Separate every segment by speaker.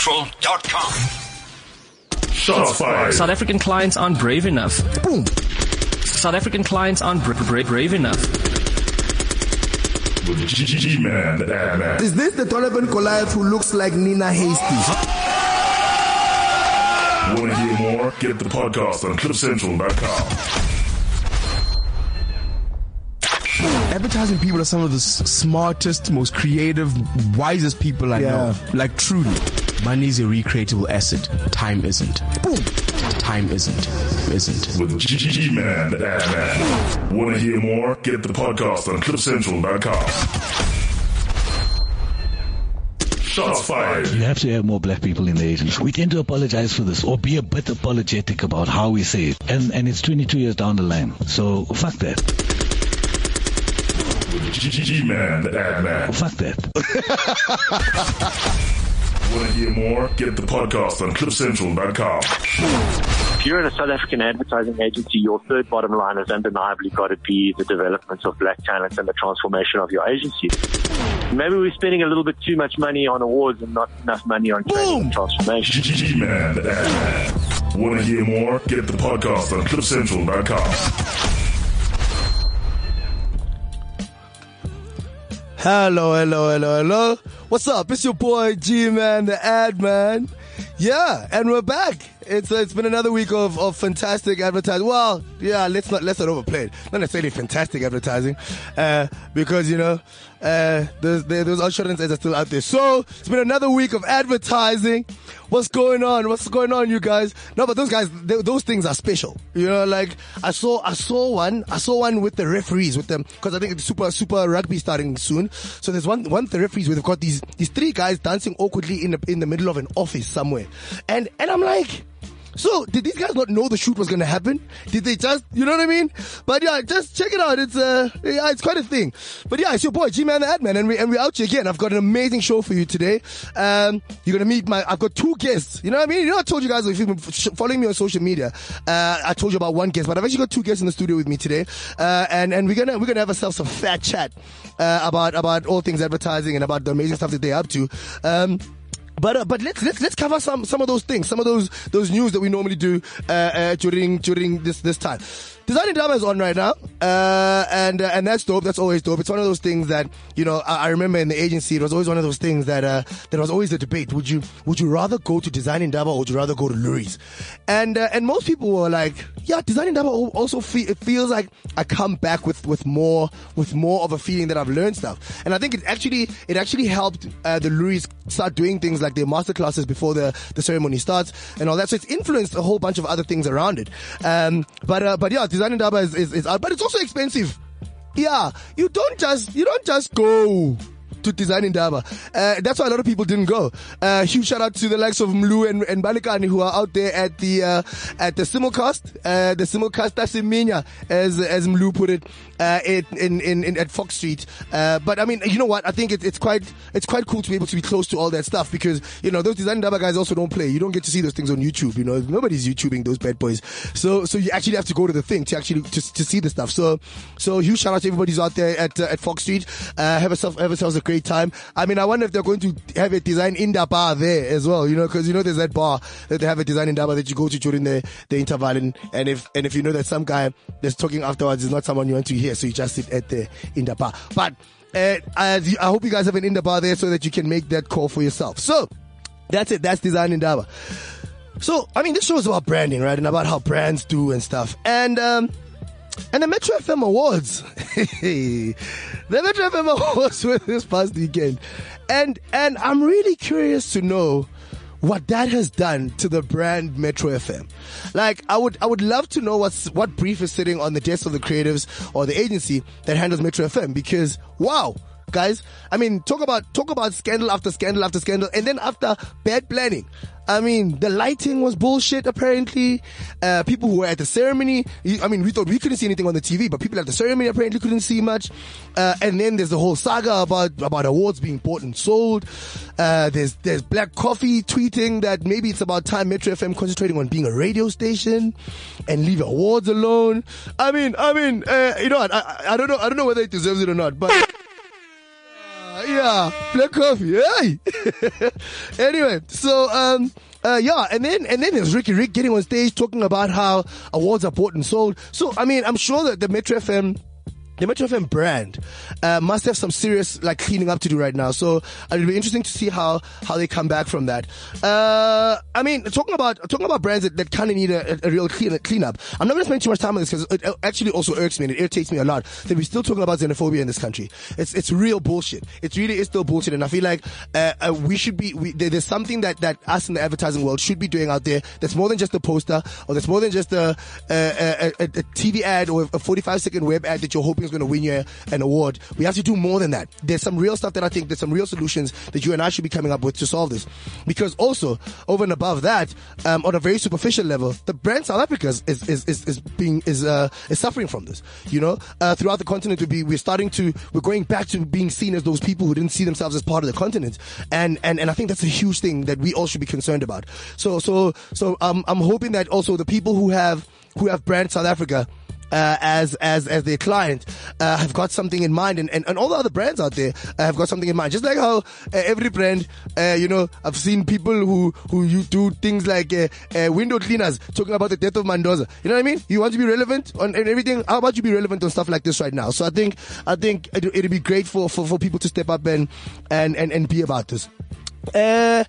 Speaker 1: CliffCentral.com.
Speaker 2: Shots fired.
Speaker 3: South African clients aren't brave enough. Boom. South African clients aren't bra- bra- brave enough.
Speaker 2: With G-Man the Ad-Man.
Speaker 4: Is this the Donovan Goliath who looks like Nina Hasty?
Speaker 2: Want to hear more? Get the podcast on CliffCentral.com.
Speaker 5: Advertising people are some of the s- smartest, most creative, wisest people I know. Like truly. Money is a recreatable asset. Time isn't. Boom. Time isn't. Isn't.
Speaker 2: With G-Man the Ad-Man. Want to hear more? Get the podcast on CliffCentral.com. Shots fired.
Speaker 6: You have to have more black people in the agency. We tend to apologize for this or be a bit apologetic about how we say it. And, and it's 22 years down the line. So fuck that.
Speaker 2: With G-Man the Ad-Man.
Speaker 6: Fuck that.
Speaker 2: Want to hear more? Get the podcast on CliffCentral.com.
Speaker 7: If you're in a South African advertising agency, your third bottom line has undeniably got to be the development of black talent and the transformation of your agency. Maybe we're spending a little bit too much money on awards and not enough money on training and transformation.
Speaker 2: G-Man the Ad-Man. Want to hear more? Get the podcast on CliffCentral.com.
Speaker 4: Hello, hello, hello, hello. What's up? It's your boy G Man, the ad man. Yeah, and we're back. It's it's been another week of, of fantastic advertising. Well, yeah, let's not let's not overplay it. Not necessarily fantastic advertising, uh, because you know uh, those there- those insurance ads are still out there. So it's been another week of advertising. What's going on? What's going on, you guys? No, but those guys, th those things are special. You know, like I saw I saw one I saw one with the referees with them because I think it's super super rugby starting soon. So there's one one of the referees we've got these these three guys dancing awkwardly in the in the middle of an office somewhere, and and I'm like. So did these guys not know the shoot was gonna happen? Did they just, you know what I mean? But yeah, just check it out. It's uh, yeah, it's quite a thing. But yeah, it's your boy G Man the Adman, and we and we out here again. I've got an amazing show for you today. Um, you're gonna meet my. I've got two guests. You know what I mean? You know, I told you guys if you've been f- sh- following me on social media, uh, I told you about one guest, but I've actually got two guests in the studio with me today, uh, and and we're gonna we're gonna have ourselves some fat chat uh, about about all things advertising and about the amazing stuff that they're up to. Um, but uh, but let's let's let's cover some some of those things, some of those those news that we normally do uh, uh, during during this this time. Designing Drama is on right now, uh, and uh, and that's dope. That's always dope. It's one of those things that you know. I, I remember in the agency, it was always one of those things that uh, there was always a debate. Would you would you rather go to Designing Daba or would you rather go to Lurie's? And uh, and most people were like, yeah, Designing Daba al- also fe- it feels like I come back with with more with more of a feeling that I've learned stuff. And I think it actually it actually helped uh, the Lurie's start doing things like their master classes before the, the ceremony starts and all that. So it's influenced a whole bunch of other things around it. Um, but uh, but yeah, Design and Daba is, is, is out, but it's also expensive. Yeah, you don't just you don't just go to Design in Daba. Uh, that's why a lot of people didn't go. Uh, huge shout out to the likes of Mlu and, and Balikani who are out there at the uh, at the simulcast, uh, the simulcast Tasiminya, as as Mlu put it, uh, it in, in, in at Fox Street. Uh, but I mean, you know what? I think it, it's quite it's quite cool to be able to be close to all that stuff because you know those Design Daba guys also don't play. You don't get to see those things on YouTube. You know, nobody's YouTubing those bad boys. So so you actually have to go to the thing to actually to, to see the stuff. So so huge shout out to everybody who's out there at uh, at Fox Street. Uh, have yourself have yourselves a great time. I mean, I wonder if they're going to have a design in the bar there as well. You know, because you know there's that bar that they have a design in the bar that you go to during the the interval, and, and if and if you know that some guy that's talking afterwards is not someone you want to hear, so you just sit at the in the bar. But uh, I, I hope you guys have an in the bar there so that you can make that call for yourself. So. That's it. That's Design in Dava. So, I mean, this show is about branding, right? And about how brands do and stuff. And, um, and the Metro FM Awards. the Metro FM Awards were this past weekend. And, and I'm really curious to know what that has done to the brand Metro FM. Like, I would, I would love to know what's, what brief is sitting on the desk of the creatives or the agency that handles Metro FM because wow, guys. I mean, talk about talk about scandal after scandal after scandal, and then after bad planning. I mean, the lighting was bullshit. Apparently, uh, people who were at the ceremony. I mean, we thought we couldn't see anything on the TV, but people at the ceremony apparently couldn't see much. Uh, and then there's the whole saga about about awards being bought and sold. Uh, there's there's Black Coffee tweeting that maybe it's about time Metro FM concentrating on being a radio station and leave awards alone. I mean, I mean, uh, you know, what? I, I I don't know, I don't know whether it deserves it or not, but. Uh, you yeah, black coffee. Hey. anyway, so um, uh, yeah, and then and then there's Ricky Rick getting on stage talking about how awards are bought and sold. So I mean, I'm sure that the Metro FM. The Metro FM brand uh, must have some serious like cleaning up to do right now. So uh, it'll be interesting to see how how they come back from that. Uh, I mean, talking about talking about brands that, that kind of need a, a- a real clean cleanup. I'm not going to spend too much time on this because it uh, actually also irks me and it irritates me a lot that we're still talking about xenophobia in this country. It's it's real bullshit. It really is still bullshit, and I feel like uh, uh, we should be we, there, there's something that that us in the advertising world should be doing out there that's more than just a poster or that's more than just a a, a, a a TV ad or a 45 second web ad that you're hoping is going to win you an award. We have to do more than that. There's some real stuff that I think there's some real solutions that you and I should be coming up with to solve this. Because also over and above that, um, on a very superficial level, the brand South Africa is is, is, is, is being is uh, is suffering from this. You know, uh, throughout the continent, we be, we're starting to we're going back to being seen as those people who didn't see themselves as part of the continent, and and and I think that's a huge thing that we all should be concerned about. So so so um, I'm hoping that also the people who have who have brand South Africa uh, as as as their client uh, have got something in mind, and, and, and all the other brands out there uh, have got something in mind. Just like how uh, every brand, uh, you know, I've seen people who who you do things like uh, uh, window cleaners talking about the death of Mendoza. You know what I mean? You want to be relevant on and everything. How about you be relevant on stuff like this right now? So I think I think it, it'd be great for, for, for people to step up and and and, and be about this. Uh,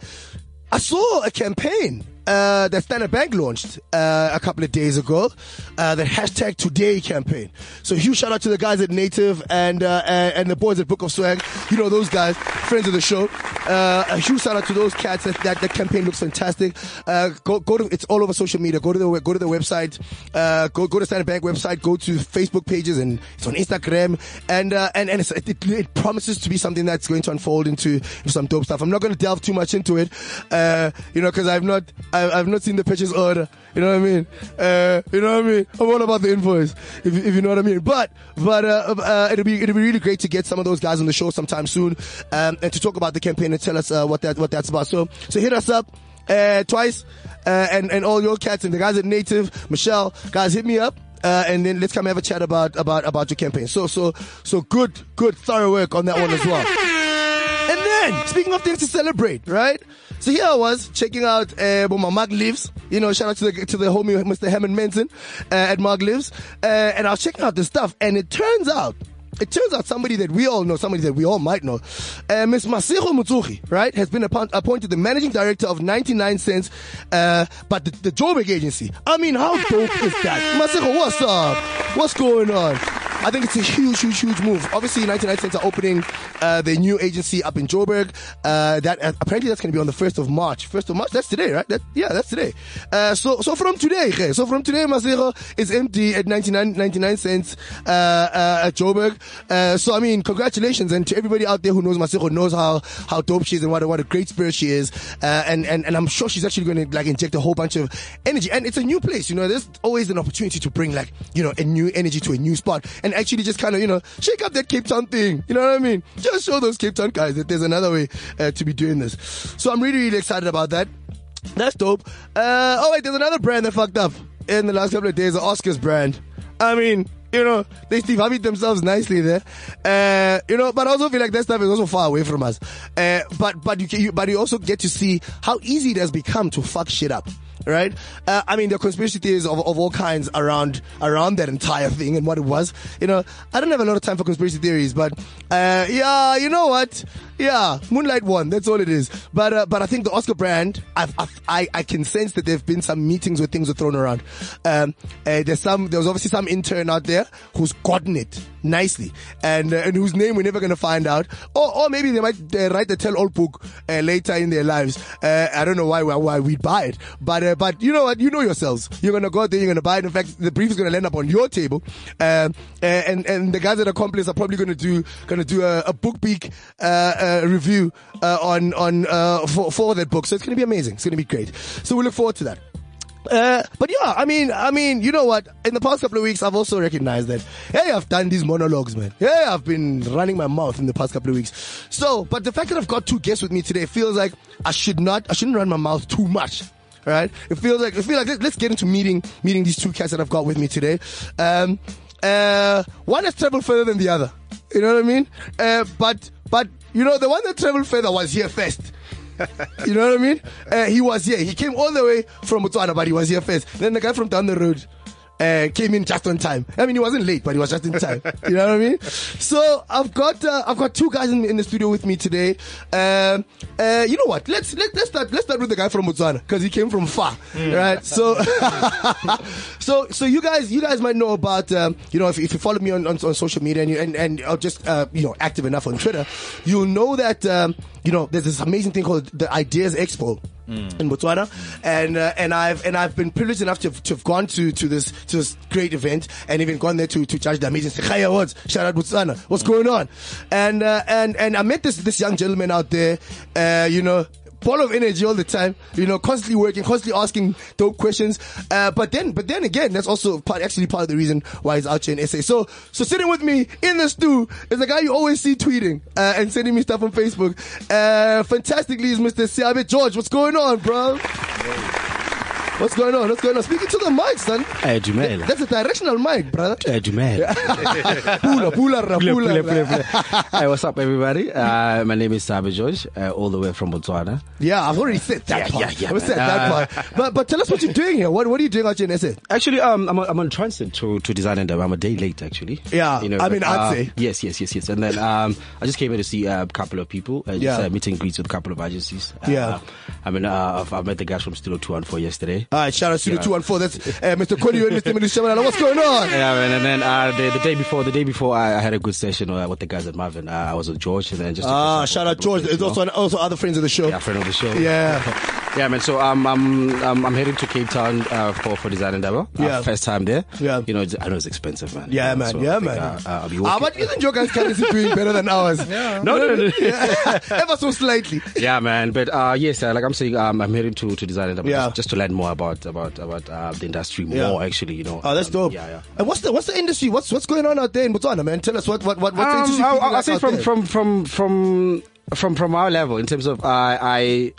Speaker 4: I saw a campaign uh, that Standard Bank launched uh, a couple of days ago, uh, the hashtag Today campaign. So huge shout out to the guys at Native and uh, and and the boys at Book of Swag. You know those guys, friends of the show. Uh, a huge shout out to those cats. That that, that campaign looks fantastic. Uh, go go to it's all over social media. Go to the we- go to the website. Uh, go go to Standard Bank website. Go to Facebook pages and it's on Instagram and uh, and and it's, it, it, it promises to be something that's going to unfold into, into some dope stuff. I'm not going to delve too much into it, uh, you know, because I've not I, I've not seen the purchase order. You know what I mean? Uh, you know what I mean? I'm all about the invoice, if, if you know what I mean. But but uh, uh, it'll be it'll be really great to get some of those guys on the show sometime soon, um, and to talk about the campaign and tell us uh, what that what that's about. So so hit us up uh, twice, uh, and and all your cats and the guys at Native, Michelle, guys, hit me up. Uh, and then let's come have a chat about about about your campaign. So so so good good thorough work on that one as well. And then, speaking of things to celebrate, right? So here I was checking out uh, where my Mark lives. You know, shout out to the to the homie Mr. Hammond Manson uh, at Mark lives, uh, and I was checking out the stuff, and it turns out. It turns out somebody that we all know, somebody that we all might know, uh, Ms. Masiro Mutsuhi, right, has been appoint- appointed the managing director of 99 Cents, uh, but the, the Joburg agency. I mean, how dope is that? Masiro, what's up? What's going on? I think it's a huge, huge, huge move. Obviously, 99 Cents are opening uh, their new agency up in Joburg. Uh, that uh, apparently that's going to be on the first of March. First of March, that's today, right? That, yeah, that's today. Uh, so, so from today, okay, so from today, Masero is empty at 99, 99 cents uh, uh, at Joburg. Uh, so, I mean, congratulations, and to everybody out there who knows Masero knows how how dope she is and what a- what a great spirit she is. Uh, and and and I'm sure she's actually going to like inject a whole bunch of energy. And it's a new place, you know. There's always an opportunity to bring like you know a new energy to a new spot and actually just kind of you know shake up that Cape Town thing. You know what I mean? Just show those Cape Town guys that there's another way uh, to be doing this. So I'm really really excited about that. That's dope. Uh, oh wait, there's another brand that fucked up in the last couple of days. The Oscars brand. I mean, you know, they Steve Harvey themselves nicely there. Uh, you know, but I also feel like that stuff is also far away from us. Uh, but but you, can, you but you also get to see how easy it has become to fuck shit up. Right, uh, I mean, there are conspiracy theories of, of all kinds around around that entire thing and what it was. You know, I don't have a lot of time for conspiracy theories, but uh, yeah, you know what? Yeah, Moonlight won. That's all it is. But uh, but I think the Oscar brand, I've, I've, I I can sense that there've been some meetings where things were thrown around. Um, uh, there's some there was obviously some intern out there who's gotten it nicely and uh, and whose name we're never gonna find out. Or or maybe they might uh, write a tell-all book uh, later in their lives. Uh, I don't know why why, why we'd buy it, but uh, but you know what? You know yourselves. You're gonna go out there. You're gonna buy it. In fact, the brief is gonna land up on your table. Um, uh, and and the guys at Accomplice are probably gonna do gonna do a, a book peek uh, uh, review uh, on on uh, for for that book. So it's gonna be amazing. It's gonna be great. So we look forward to that. Uh, but yeah, I mean, I mean, you know what? In the past couple of weeks, I've also recognized that, hey, I've done these monologues, man. Hey, I've been running my mouth in the past couple of weeks. So, but the fact that I've got two guests with me today feels like I should not, I shouldn't run my mouth too much. Right? It feels like, it feels like, let- let's get into meeting, meeting these two cats that I've got with me today. Um, uh, one has traveled further than the other. You know what I mean? Uh, but, but
Speaker 8: You know, the one that traveled further was here first. you know what I mean? Uh, he was here. He came all the way from Botswana, but he was here first. Then the guy from down the road uh, came in just on time. I mean, he wasn't late, but he was just in time. you know what I mean? So I've got uh, I've got two guys in, in the studio with me today. Um, uh, you know what? Let's let, let's start let's start with the guy from Botswana because he came from far, right? So so so you guys you guys might know about um, you know if, if you follow me on, on, on social media and you and and are just uh, you know active enough on Twitter, you'll know that um, you know there's this amazing thing called the Ideas Expo in Botswana, and uh, and I've and I've been privileged enough to have, to have gone to to this to this great event and even gone there to to judge the amazing Sekhaya Awards. Shout out Botswana, what's going on? And uh, and and I met this this young gentleman out there, uh, you know. Ball of energy all the time, you know, constantly working, constantly asking dope questions. Uh, but then, but then again, that's also part, actually part of the reason why he's out here in SA. So, so sitting with me in the stew is the guy you always see tweeting, uh, and sending me stuff on Facebook. Uh, fantastically is Mr. Siabe George. What's going on, bro? What's going on? What's going on? Speaking to the mic, son.
Speaker 4: Eh, dumela.
Speaker 8: That's a directional mic, brother.
Speaker 4: Eh, dumela.
Speaker 8: Pula, pula, ra,
Speaker 4: Pule,
Speaker 8: pula, ra.
Speaker 4: pule, pule, pule. Hey, what's up, everybody? Uh, my name is Sabe George, uh, all the way from Botswana.
Speaker 8: Yeah, I've already said that
Speaker 4: Yeah,
Speaker 8: part.
Speaker 4: yeah, yeah,
Speaker 8: I've said
Speaker 4: man. Uh,
Speaker 8: that part. But, but tell us what you're doing here. What, what are you doing out here in SA?
Speaker 4: Actually, um, I'm, on- I'm on transit to, to Design and Dev. I'm a day late, actually.
Speaker 8: Yeah, I mean,
Speaker 4: but,
Speaker 8: I'd
Speaker 4: uh,
Speaker 8: say.
Speaker 4: Yes, yes, yes, yes. And then um, I just came here to see uh, a couple of people. Uh, just
Speaker 8: Yeah.
Speaker 4: uh, meet and greet with a couple of agencies. Uh,
Speaker 8: Yeah.
Speaker 4: I mean, uh, I've, I met the guys from Studio 214 yesterday.
Speaker 8: All right, shout out to the 214. That's uh, Mr. Kodio and Mr. Milishamala. What's going on?
Speaker 4: Yeah, man, and then uh, the, the day before, the day before, I, I had a good session uh, with the guys at Marvin. Uh, I was with George, and then just
Speaker 8: Ah, shout out George. There's also, also other friends of the show.
Speaker 4: yeah, friend of the show.
Speaker 8: Yeah.
Speaker 4: Yeah, man. So um, I'm I'm, I'm heading to Cape Town uh, for for design endeavor. Uh,
Speaker 8: Yeah.
Speaker 4: First time there.
Speaker 8: Yeah.
Speaker 4: You know, it's- I know it's expensive, man.
Speaker 8: Yeah,
Speaker 4: You know,
Speaker 8: man.
Speaker 4: so I
Speaker 8: yeah,
Speaker 4: think,
Speaker 8: man.
Speaker 4: Uh, uh, I'll be
Speaker 8: ah,
Speaker 4: working.
Speaker 8: but isn't your guys' currency doing better than ours? Yeah.
Speaker 4: no, no, no. no.
Speaker 8: Ever so slightly.
Speaker 4: yeah, man. But uh, yes, uh, like I'm saying, um, I'm heading to to design endeavor
Speaker 8: Yeah.
Speaker 4: just, just to learn more about about about uh, the industry
Speaker 8: Yeah.
Speaker 4: more. Actually, you know.
Speaker 8: Oh, that's
Speaker 4: Um,
Speaker 8: dope.
Speaker 4: Yeah, yeah.
Speaker 8: And what's the what's the industry? What's what's going on out there in Botswana, man? Tell us what what what what's the
Speaker 4: Um,
Speaker 8: industry.
Speaker 4: I'll,
Speaker 8: people
Speaker 4: I'll
Speaker 8: like
Speaker 4: say
Speaker 8: out
Speaker 4: from,
Speaker 8: there?
Speaker 4: from from from from from our level in terms of uh, I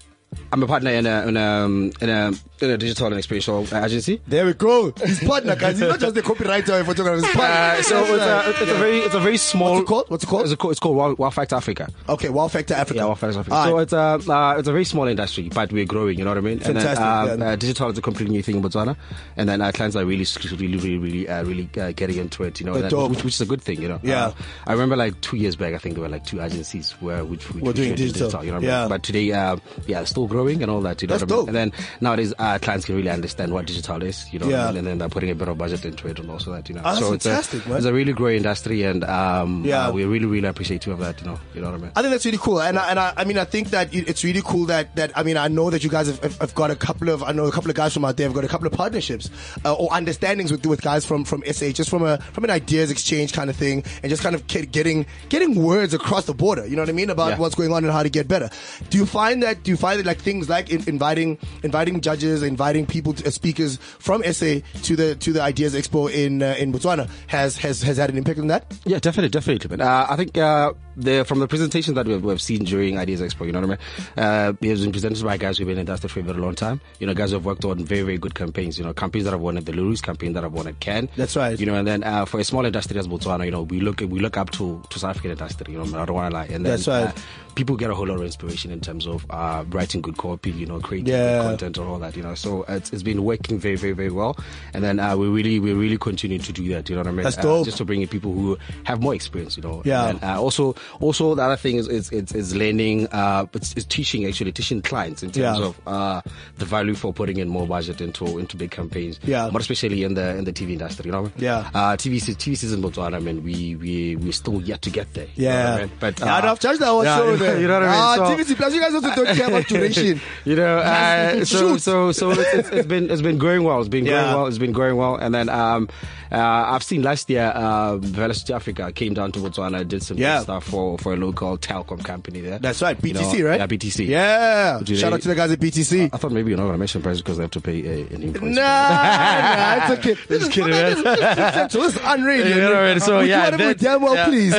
Speaker 4: I'm a partner in a in a, in a in a digital and experiential agency.
Speaker 8: There we go. His partner, guys. He's not just the copywriter or photographer. His partner.
Speaker 4: Uh, so it's a, it's a very it's a very small.
Speaker 8: What's it called? What's it called?
Speaker 4: It's, a, co- it's called Wow, wow Factor Africa.
Speaker 8: okay, Wow Factor Africa.
Speaker 4: Yeah, Wow Factor Africa.
Speaker 8: All
Speaker 4: So
Speaker 8: right.
Speaker 4: it's a uh, it's a very small industry, but we're growing. You know what I mean?
Speaker 8: Fantastic,
Speaker 4: And then, um,
Speaker 8: yeah.
Speaker 4: uh, digital is a completely new thing in Botswana, and then our clients are really really really really uh, really uh, getting into it. You know,
Speaker 8: That's
Speaker 4: and
Speaker 8: dope.
Speaker 4: which, which is a good thing. You know.
Speaker 8: Yeah.
Speaker 4: Uh, I remember like two years back, I think there were like two agencies where which, which
Speaker 8: Were
Speaker 4: which
Speaker 8: doing
Speaker 4: were
Speaker 8: digital.
Speaker 4: you know what I mean?
Speaker 8: Yeah.
Speaker 4: But today, uh, yeah, still growing and all that. You know
Speaker 8: That's
Speaker 4: what I mean?
Speaker 8: dope.
Speaker 4: And then nowadays, our clients can really understand what digital is. You know,
Speaker 8: Yeah.
Speaker 4: and then they're putting a bit of budget into it and also that. You know,
Speaker 8: Ah, that's
Speaker 4: so it's a-
Speaker 8: fantastic, man.
Speaker 4: it's a a really growing industry, and um,
Speaker 8: Yeah.
Speaker 4: uh, we really, really appreciative of that. You know, you know what I mean.
Speaker 8: I think that's really cool, and I, and I, I mean I think that it- it's really cool that that I mean I know that you guys have, have, have got a couple of I know a couple of guys from out there have got a couple of partnerships uh, or understandings with with guys from from SA just from a from an ideas exchange kind of thing and just kind of get, getting getting words across the border. You know what I mean about
Speaker 4: Yeah.
Speaker 8: what's going on and how to get better. Do you find that do you find that like things like in, inviting inviting judges, inviting people to, uh, speakers from SA to the to the Ideas Expo in uh, in Botswana has has has had an impact on that?
Speaker 4: Yeah, definitely, definitely. Man. Uh, I think uh, the, from the presentation that we've, we've seen during Ideas Expo, you know what I mean, uh, it has been presented by guys who've been in the industry for a very long time. You know, guys who've worked on very, very good campaigns. You know, campaigns that have won at the Lurus, campaign that have won at Cannes.
Speaker 8: That's right.
Speaker 4: You know, and then uh, for a small industry as Botswana, you know, we look we look up to to South African industry. You know, I don't want to lie. And then,
Speaker 8: That's right.
Speaker 4: Uh, people get a whole lot of inspiration in terms of uh, writing good copy. You know, creating
Speaker 8: Yeah.
Speaker 4: good content and all that. You know, so it's, it's been working very, very, very well. And then uh, we really we really continue to do that. You know what I mean?
Speaker 8: That's
Speaker 4: Uh,
Speaker 8: dope.
Speaker 4: just to bring in people who have more experience, you know.
Speaker 8: Yeah.
Speaker 4: And, uh, also, also the other thing is is, is, is learning, uh, it's, it's teaching actually teaching clients in terms
Speaker 8: Yeah.
Speaker 4: of uh, the value for putting in more budget into into big campaigns.
Speaker 8: Yeah.
Speaker 4: More especially in the in the TV industry, you know.
Speaker 8: Yeah.
Speaker 4: Uh, TV se- TV season Botswana, I mean, we we we still yet to get there. you know
Speaker 8: Yeah,
Speaker 4: what I mean? But uh,
Speaker 8: I'd have charged that one
Speaker 4: yeah,
Speaker 8: show
Speaker 4: you know-
Speaker 8: there.
Speaker 4: You know what I mean?
Speaker 8: Ah,
Speaker 4: So-
Speaker 8: TVC Plus, you guys also don't care about duration.
Speaker 4: Uh, you know, uh, so
Speaker 8: Shoot.
Speaker 4: so so it's, it's, it's been it's been growing well. It's been growing
Speaker 8: Yeah.
Speaker 4: well. It's been growing well. And then um, uh, I've seen last year uh, Velocity Africa came down to Botswana, did some good
Speaker 8: Yeah.
Speaker 4: stuff for for a local telecom company there.
Speaker 8: That's right,
Speaker 4: You know,
Speaker 8: BTC, right?
Speaker 4: Yeah, BTC.
Speaker 8: Yeah.
Speaker 4: Do
Speaker 8: Shout
Speaker 4: they-
Speaker 8: out to the guys at BTC.
Speaker 4: I thought maybe you're not gonna mention price because they have to pay a, an invoice. for
Speaker 8: Nah,
Speaker 4: it.
Speaker 8: nah, it's okay. This is
Speaker 4: kidding,
Speaker 8: this is-
Speaker 4: man.
Speaker 8: this is central. This is unreal.
Speaker 4: You know what I mean? So,
Speaker 8: we
Speaker 4: yeah,
Speaker 8: do whatever we
Speaker 4: that-
Speaker 8: damn well
Speaker 4: yeah.
Speaker 8: please.